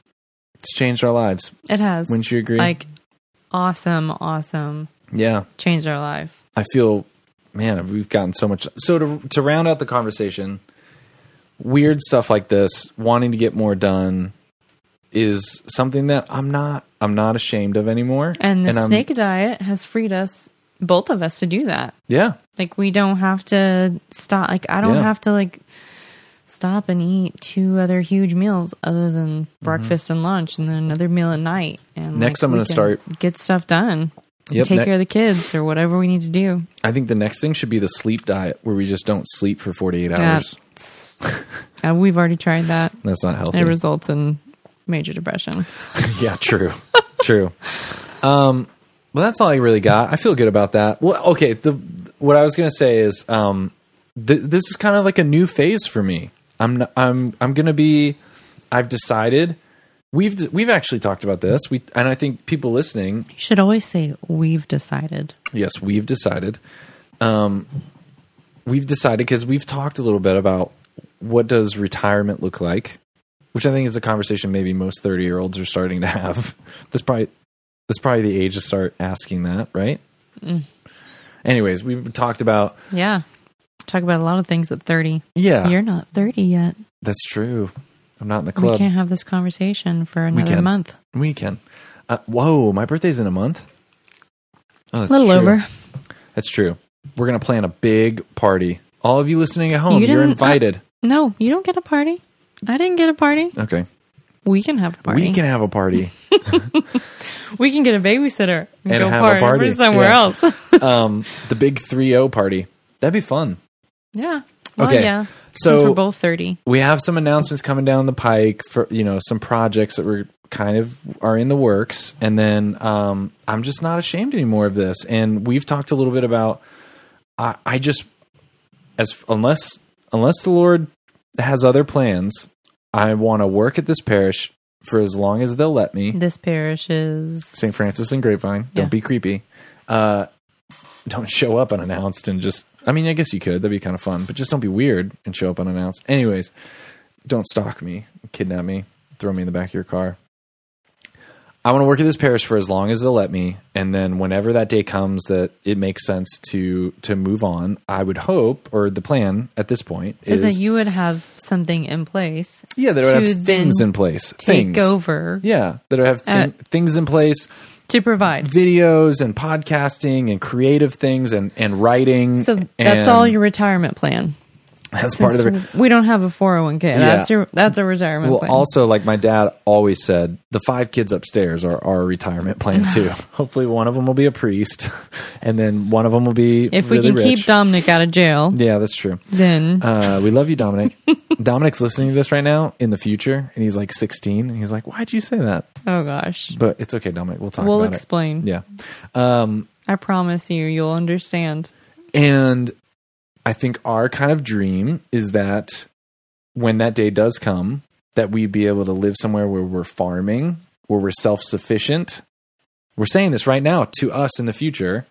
It's changed our lives.
it has.
Wouldn't you agree?
Like, awesome, awesome.
yeah.
Changed our life.
I feel, man, we've gotten so much. So to to round out the conversation, weird stuff like this, wanting to get more done, is something that I'm not. I'm not ashamed of anymore.
And the
I'm-
snake diet has freed us, both of us, to do that.
yeah,
Like we don't have to stop. Like I don't
Yeah.
have to like stop and eat two other huge meals other than breakfast and lunch, and then another meal at night. And
Mm-hmm. Next,
like,
I'm
we
gonna
can
start-
get stuff done. and
Yep,
take
ne-
care of the kids or whatever we need to do.
I think the next thing should be the sleep diet, where we just don't sleep for 48 hours.
That's- uh, we've already tried that.
That's not healthy.
It results in major depression.
yeah, true, true. Um, well, that's all I really got. I feel good about that. Well, okay. The what I was gonna say is, um, th- this is kind of like a new phase for me. I'm n- I'm I'm gonna be. I've decided. We've we've actually talked about this. We and I think people listening
You should always say we've decided.
Yes, we've decided. Um, we've decided because we've talked a little bit about what does retirement look like, which I think is a conversation maybe most thirty-year-olds are starting to have. That's probably that's probably the age to start asking that, right?
Mm.
Anyways, we've talked about
Yeah. Talk about a lot of things at 30.
yeah,
You're not 30 yet.
that's true. I'm not in the club.
We can't have this conversation for another
can.
month.
We can. Uh, whoa, my birthday's in a month. Oh, that's
A little
true.
over.
That's true. We're gonna plan a big party. All of you listening at home,
You
you are
didn't- uh,
invited.
No, you don't get a party. I didn't get a party.
okay.
We can have a party.
We can have a party.
We can get a babysitter and,
And
go
have
party,
a party.
somewhere
Yeah.
else.
um, the big 3-0 party. That'd be fun.
yeah. Well,
Okay.
yeah.
So-
Since we're both 30.
We have some announcements coming down the pike for, you know, some projects that we're kind of are in the works. And then um, I'm just not ashamed anymore of this. And we've talked a little bit about I, I just as unless unless the Lord has other plans, I want to work at this parish for as long as they'll let me.
This parish is
St. Francis and Grapevine. Don't
Yeah.
be creepy. Uh, don't show up unannounced and just. I mean, I guess you could. That'd be kind of fun, but just don't be weird and show up unannounced. Anyways, don't stalk me, kidnap me, throw me in the back of your car. I want to work at this parish for as long as they'll let me, and then whenever that day comes that it makes sense to to move on, I would hope, or the plan at this point
Is
is,
that you would have something in place
yeah, that I would
to
have things
then
in place,
take
things,
over Uh,
yeah, that I would have thing, things in place,
to provide.
videos and podcasting and creative things and, and writing.
So that's
and
all your retirement plan.
That's part of the.
Since we don't have a 401k. That's your that's a retirement
Well,
plan.
also, like my dad always said, the five kids upstairs are our retirement plan too. Hopefully, one of them will be a priest, and then one of them will be
if
really
we can
rich.
keep Dominic out of jail,
yeah, that's true.
then
Uh, we love you, Dominic. Dominic's listening to this right now in the future, and he's like 16, and he's like, "Why'd you say that?"
oh gosh.
But it's okay, Dominic. We'll talk.
We'll
about it.
explain.
Yeah. Um,
I promise you you'll understand.
And I think our kind of dream is that when that day does come, that we be able to live somewhere where we're farming, where we're self sufficient. We're saying this right now to us in the future,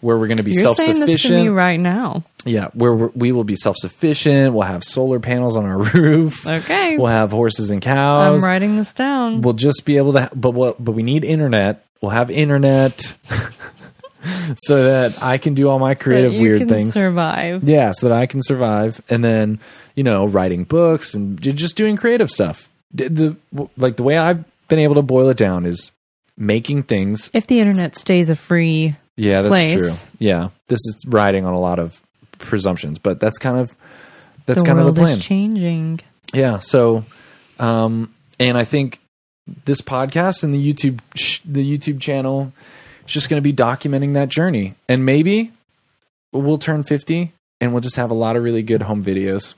where we're going to be
You're
self
saying this to me
sufficient.
right now.
Yeah, where we're, we will be self sufficient. We'll have solar panels on our roof.
Okay.
We'll have horses and
I'm
cows.
writing this down.
We'll just be able to, ha- but we'll, but we need internet. We'll have internet so that I can do all my
so that
creative
you
weird
can
things.
survive.
Yeah, so that I can survive, and then you know, writing books and j- just doing creative stuff. D- The like the way I've been able to boil it down is making things.
If the internet stays a free
Yeah, that's
Place.
true. Yeah, this is riding on a lot of presumptions, but that's kind of that's
the
kind of the
world
plan.
is changing.
Yeah. So, um, and I think this podcast and the YouTube sh- the YouTube channel is just going to be documenting that journey, and maybe we'll turn fifty and we'll just have a lot of really good home videos.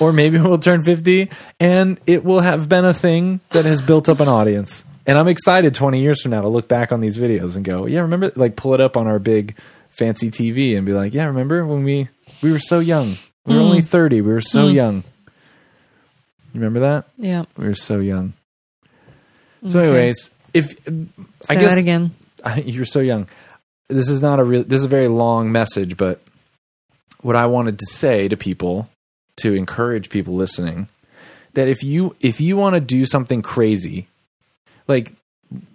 or maybe we'll turn 50 and it will have been a thing that has built up an audience. And I'm excited 20 years from now to look back on these videos and go, yeah, remember, like pull it up on our big fancy TV and be like, yeah, remember when we, we were so young. We were only
Mm.
30. We were so young. You remember that?
Yeah.
We were so young. So anyways, if
Say
I guess
that again.
you're so young. This is not a real. This is a very long message, but what I wanted to say to people to encourage people listening that if you if you want to do something crazy, like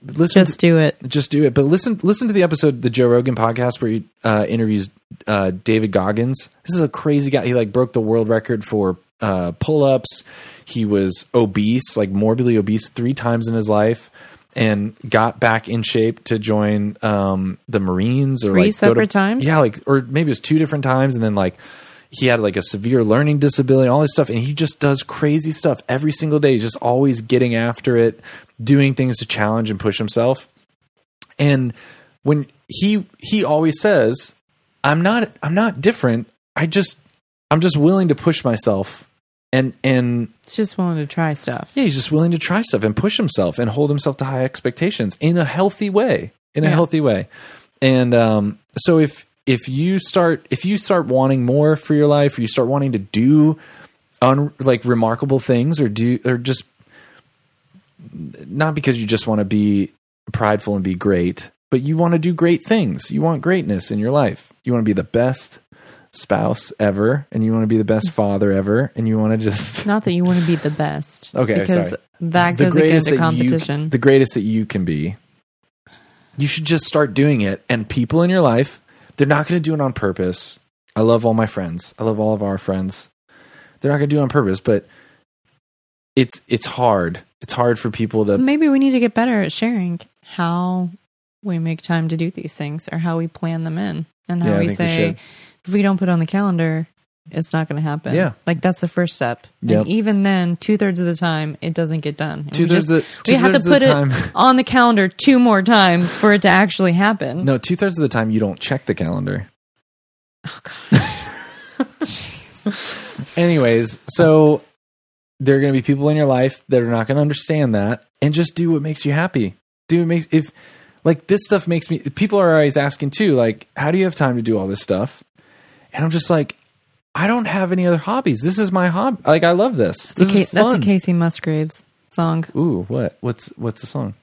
listen,
Just do it.
to, just do it. But listen, listen to the episode the Joe Rogan podcast where he uh, interviews uh, David Goggins. This is a crazy guy. He like broke the world record for uh, pull ups. He was obese, like morbidly obese, three times in his life. And got back in shape to join um, the Marines or
Three
like go to-
separate times?
Yeah, like or maybe it was two different times, and then like he had like a severe learning disability, and all this stuff, and he just does crazy stuff every single day. He's just always getting after it, doing things to challenge and push himself and when he he always says i'm not i'm not different i just i'm just willing to push myself and and
Just wanted to try stuff.
yeah he's just willing to try stuff and push himself and hold himself to high expectations in a healthy way in a
Yeah.
healthy way and um so if if you start if you start wanting more for your life or you start wanting to do un, like remarkable things or do or just not because you just want to be prideful and be great, but you want to do great things. You want greatness in your life. You want to be the best spouse ever, and you want to be the
Mm.
best father ever, and you want to just
Not that you want to be the best.
Okay,
Because
sorry.
that goes against the competition.
You, the greatest that you can be. You should just start doing it, and people in your life, they're not going to do it on purpose. I love all my friends. I love all of our friends. They're not going to do it on purpose, but it's it's hard. It's hard for people to
Maybe we need to get better at sharing how we make time to do these things or how we plan them in and how
Yeah, I
we
think we
say
should.
if we don't put it on the calendar, it's not going to happen.
Yeah.
Like that's the first step.
Yep.
And even then, two thirds of the time, it doesn't get done. And we
Two-thirds
just-
of the-
we have to
two-thirds
put
of the time.
it on the calendar two more times for it to actually happen.
No, two thirds of the time you don't check the calendar.
Oh,
Anyways, so there are going to be people in your life that are not going to understand that, and just do what makes you happy. Do what makes if like this stuff makes me. People are always asking too, like, how do you have time to do all this stuff? And I'm just like, I don't have any other hobbies. This is my hobby. Like, I love this.
That's,
This
a,
is
Ca- that's a
fun.
Casey Musgraves song.
Ooh, what? What's what's the song?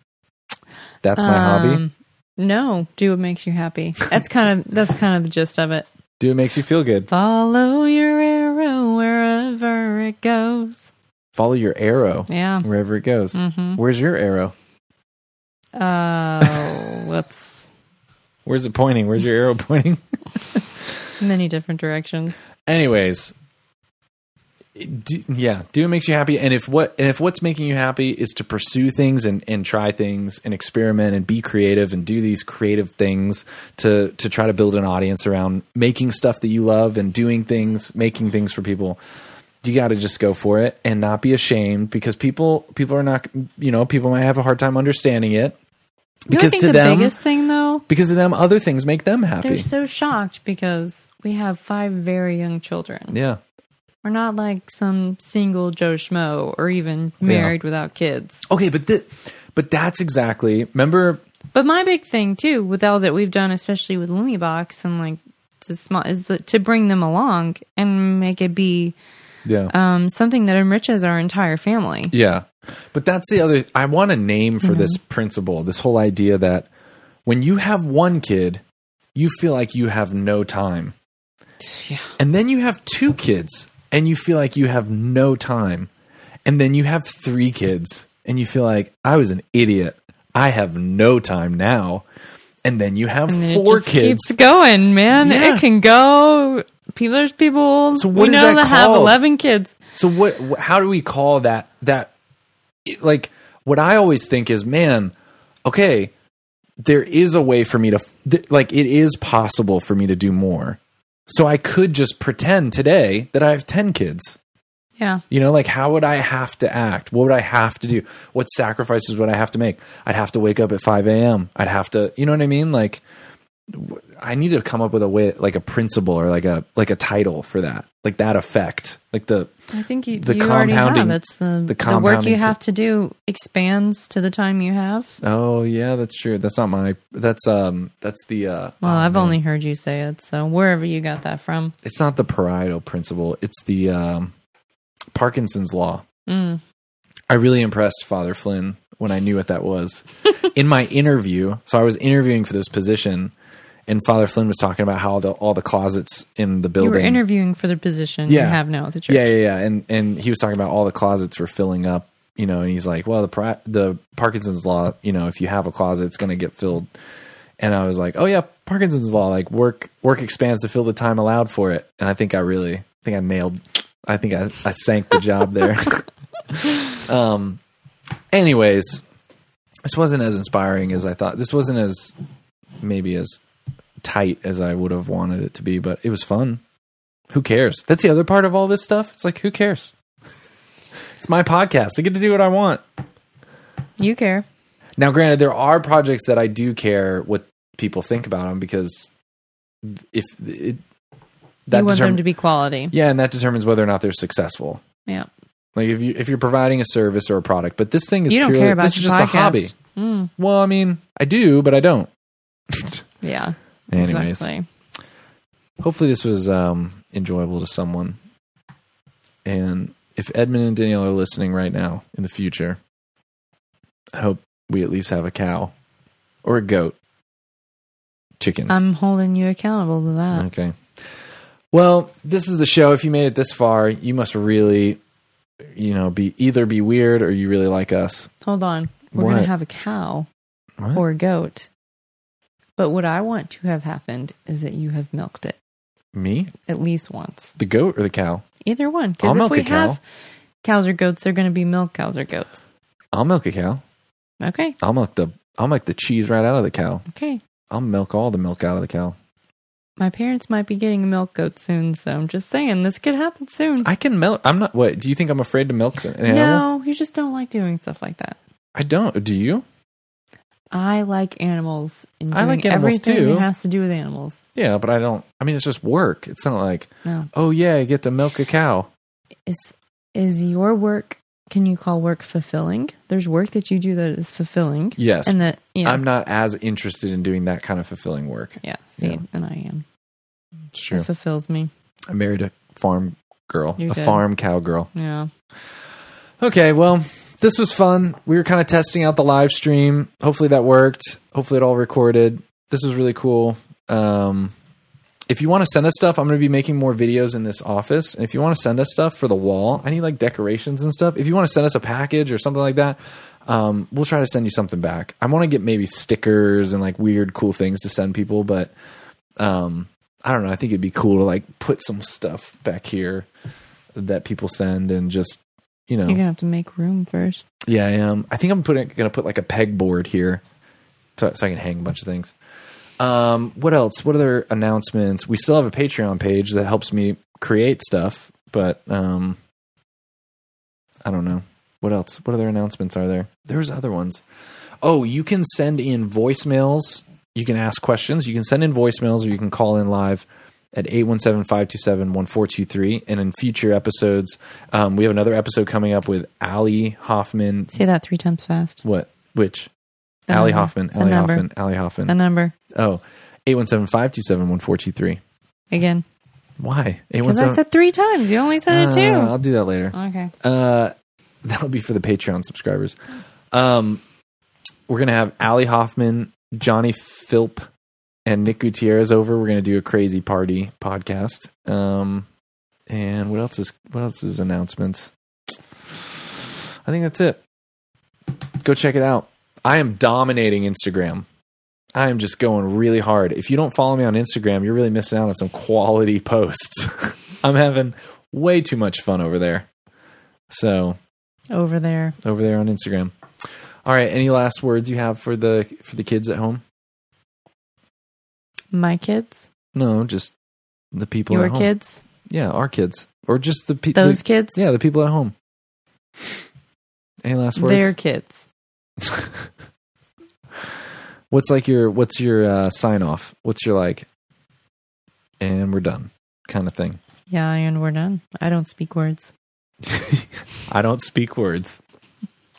That's my hobby.
Um, No, do what makes you happy. That's kind of that's kind of the gist of it.
Do what makes you feel good.
Follow your arrow wherever it goes.
Follow your arrow
Yeah.
wherever it goes.
Oh. Mm-hmm.
Where's your arrow?
Oh, Uh, let's
Where's it pointing? Where's your arrow pointing?
many different directions.
Anyways, do, yeah, do what makes you happy, and if what and if what's making you happy is to pursue things and and try things and experiment and be creative and do these creative things to to try to build an audience around making stuff that you love and doing things, making things for people. You got to just go for it and not be ashamed because people people are not you know people might have a hard time understanding it
You know, I
because
think
to
the
them
biggest thing though,
because of them other things make them happy.
they're so shocked because we have five very young children.
yeah.
We're not like some single Joe Schmo or even married without kids.
Okay, but th- but that's exactly. Remember
But my big thing too, with all that we've done, especially with Lumi Box and like to small, is that to bring them along and make it be
Yeah.
um, something that enriches our entire family.
yeah. But that's the other I want a name
Mm-hmm.
for this principle, this whole idea that when you have one kid, you feel like you have no time.
Yeah.
And then you have two kids and you feel like you have no time. And then you have three kids and you feel like I was an idiot. I have no time now. And then you have
And then
four
it just
kids.
keeps going, man.
Yeah.
It can go. People, there's people
So
we
what is
know
that
that, have
called?
eleven kids.
So what? wh- How do we call that? That it- like what I always think is, man, okay, there is a way for me to f- th- like it is possible for me to do more. So I could just pretend today that I have ten kids.
Yeah,
You know, like how would I have to act? What would I have to do? What sacrifices would I have to make? I'd have to wake up at five a.m. I'd have to, you know what I mean? Like, w- I need to come up with a way, like a principle or like a like a title for that, like that effect, like the
I think you,
The
you already have.
compounding-
It's the the,
the
work
compounding
you have to do expands to the time you have.
Oh yeah, that's true. That's not my. That's um. That's the. uh
Well,
oh,
I've
man.
only heard you say it, so wherever you got that from.
It's not the parietal principle. It's the um, Parkinson's law.
Mm.
I really impressed Father Flynn when I knew what that was in my interview. So I was interviewing for this position, and Father Flynn was talking about how the, all the closets in the
You
building.
were interviewing for the position you
Yeah.
have now at the church.
Yeah, yeah, yeah. And and he was talking about all the closets were filling up, you know, and he's like, "Well, the pri- the Parkinson's law, you know, if you have a closet, it's going to get filled." And I was like, "Oh yeah, Parkinson's law, like work work expands to fill the time allowed for it." And I think I really I think I nailed I think I I sank the job there. um anyways, this wasn't as inspiring as I thought. This wasn't as maybe as tight as I would have wanted it to be, but it was fun. Who cares? That's the other part of all this stuff. It's like who cares? it's my podcast. I get to do what I want.
You care.
Now, granted, there are projects that I do care what people think about them because if it
you want
determ-
them to be quality.
yeah, and that determines whether or not they're successful.
Yeah.
Like if you if you're providing a service or a product, but this thing is
You don't
purely,
care about
this is
your
just a
podcast.
hobby.
Mm,
Well, I mean, I do, but I don't.
yeah.
Anyways,
Exactly.
hopefully this was um, enjoyable to someone. And if Edmund and Danielle are listening right now in the future, I hope we at least have a cow or a goat, chickens.
I'm holding you accountable to that.
okay. Well, this is the show. If you made it this far, you must really, you know, be either be weird or you really like us.
Hold on. We're going
What?
to have a cow
What?
or a goat. But what I want to have happened is that you have milked it
Me,
at least once.
the goat or the cow?
Either one.
I'll
Because if
milk
we
a cow.
have cows or goats, they're going to be milk cows or goats.
I'll milk a cow.
Okay.
I'll milk the I'll milk the cheese right out of the cow.
Okay.
I'll milk all the milk out of the cow.
My parents might be getting a milk goat soon. So I'm just saying this could happen soon.
I can milk. I'm not. What do you think? I'm afraid to milk an animal.
no, you just don't like doing stuff like that.
I don't. Do you?
I like animals. And
I like
doing
animals,
everything
too.
That has to do with animals.
Yeah, but I don't. I mean, it's just work. It's not like,
No,
oh yeah, I get to milk a cow.
it's is your work can you call work fulfilling? There's work that you do that is fulfilling.
Yes.
And that yeah.
I'm not as interested in doing that kind of fulfilling work.
yeah, see,
Yeah.
and I am.
Sure.
It fulfills me.
I married a farm girl,
You
a
did.
farm cow girl.
Yeah.
Okay, well, this was fun. We were kind of testing out the live stream. Hopefully that worked. Hopefully it all recorded. This was really cool. Um, if you want to send us stuff, I'm going to be making more videos in this office. And if you want to send us stuff for the wall, I need like decorations and stuff. If you want to send us a package or something like that, um, we'll try to send you something back. I want to get maybe stickers and like weird, cool things to send people, but um, I don't know. I think it'd be cool to like put some stuff back here that people send and just you know
You're gonna have to make room first.
yeah, I am. I think I'm putting gonna put like a pegboard here, so, so I can hang a bunch of things. Um, what else? What other announcements? We still have a Patreon page that helps me create stuff, but um, I don't know. What else? What other announcements are there? There's other ones. Oh, you can send in voicemails. You can ask questions. You can send in voicemails or you can call in live at 817 527 1423. And in future episodes, um, we have another episode coming up with Ali Hoffman.
Say that three times fast.
What? Which?
The
Ali
number.
Hoffman.
The
Ali
number.
Hoffman. Ali Hoffman.
The number.
oh, 817 527 1423.
Again.
Why?
Because I
817
said three times. You only said it
Uh, I'll
two.
do that later.
Okay.
Uh, that'll be for the Patreon subscribers. Um, we're gonna have Ali Hoffman, Johnny Philp, and Nick Gutierrez over. We're gonna do a crazy party podcast. Um, and what else is what else is announcements? I think that's it. Go check it out. I am dominating Instagram. I am just going really hard. If you don't follow me on Instagram, you're really missing out on some quality posts. I'm having way too much fun over there. So
Over there.
over there on Instagram. All right. Any last words you have for the for the kids at home?
My kids.
No, just the people.
Your
at home.
kids.
Yeah, our kids, or just the people.
Those kids.
yeah, the people at home. Any last words?
Their kids.
what's like your what's your uh, sign off? What's your like? And we're done, kind of thing.
Yeah, and we're done. I don't speak words.
I don't speak words.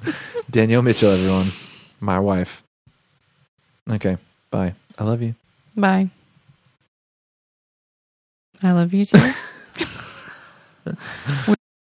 Danielle Mitchell, everyone, my wife. Okay, bye. I love you.
Bye. I love you too.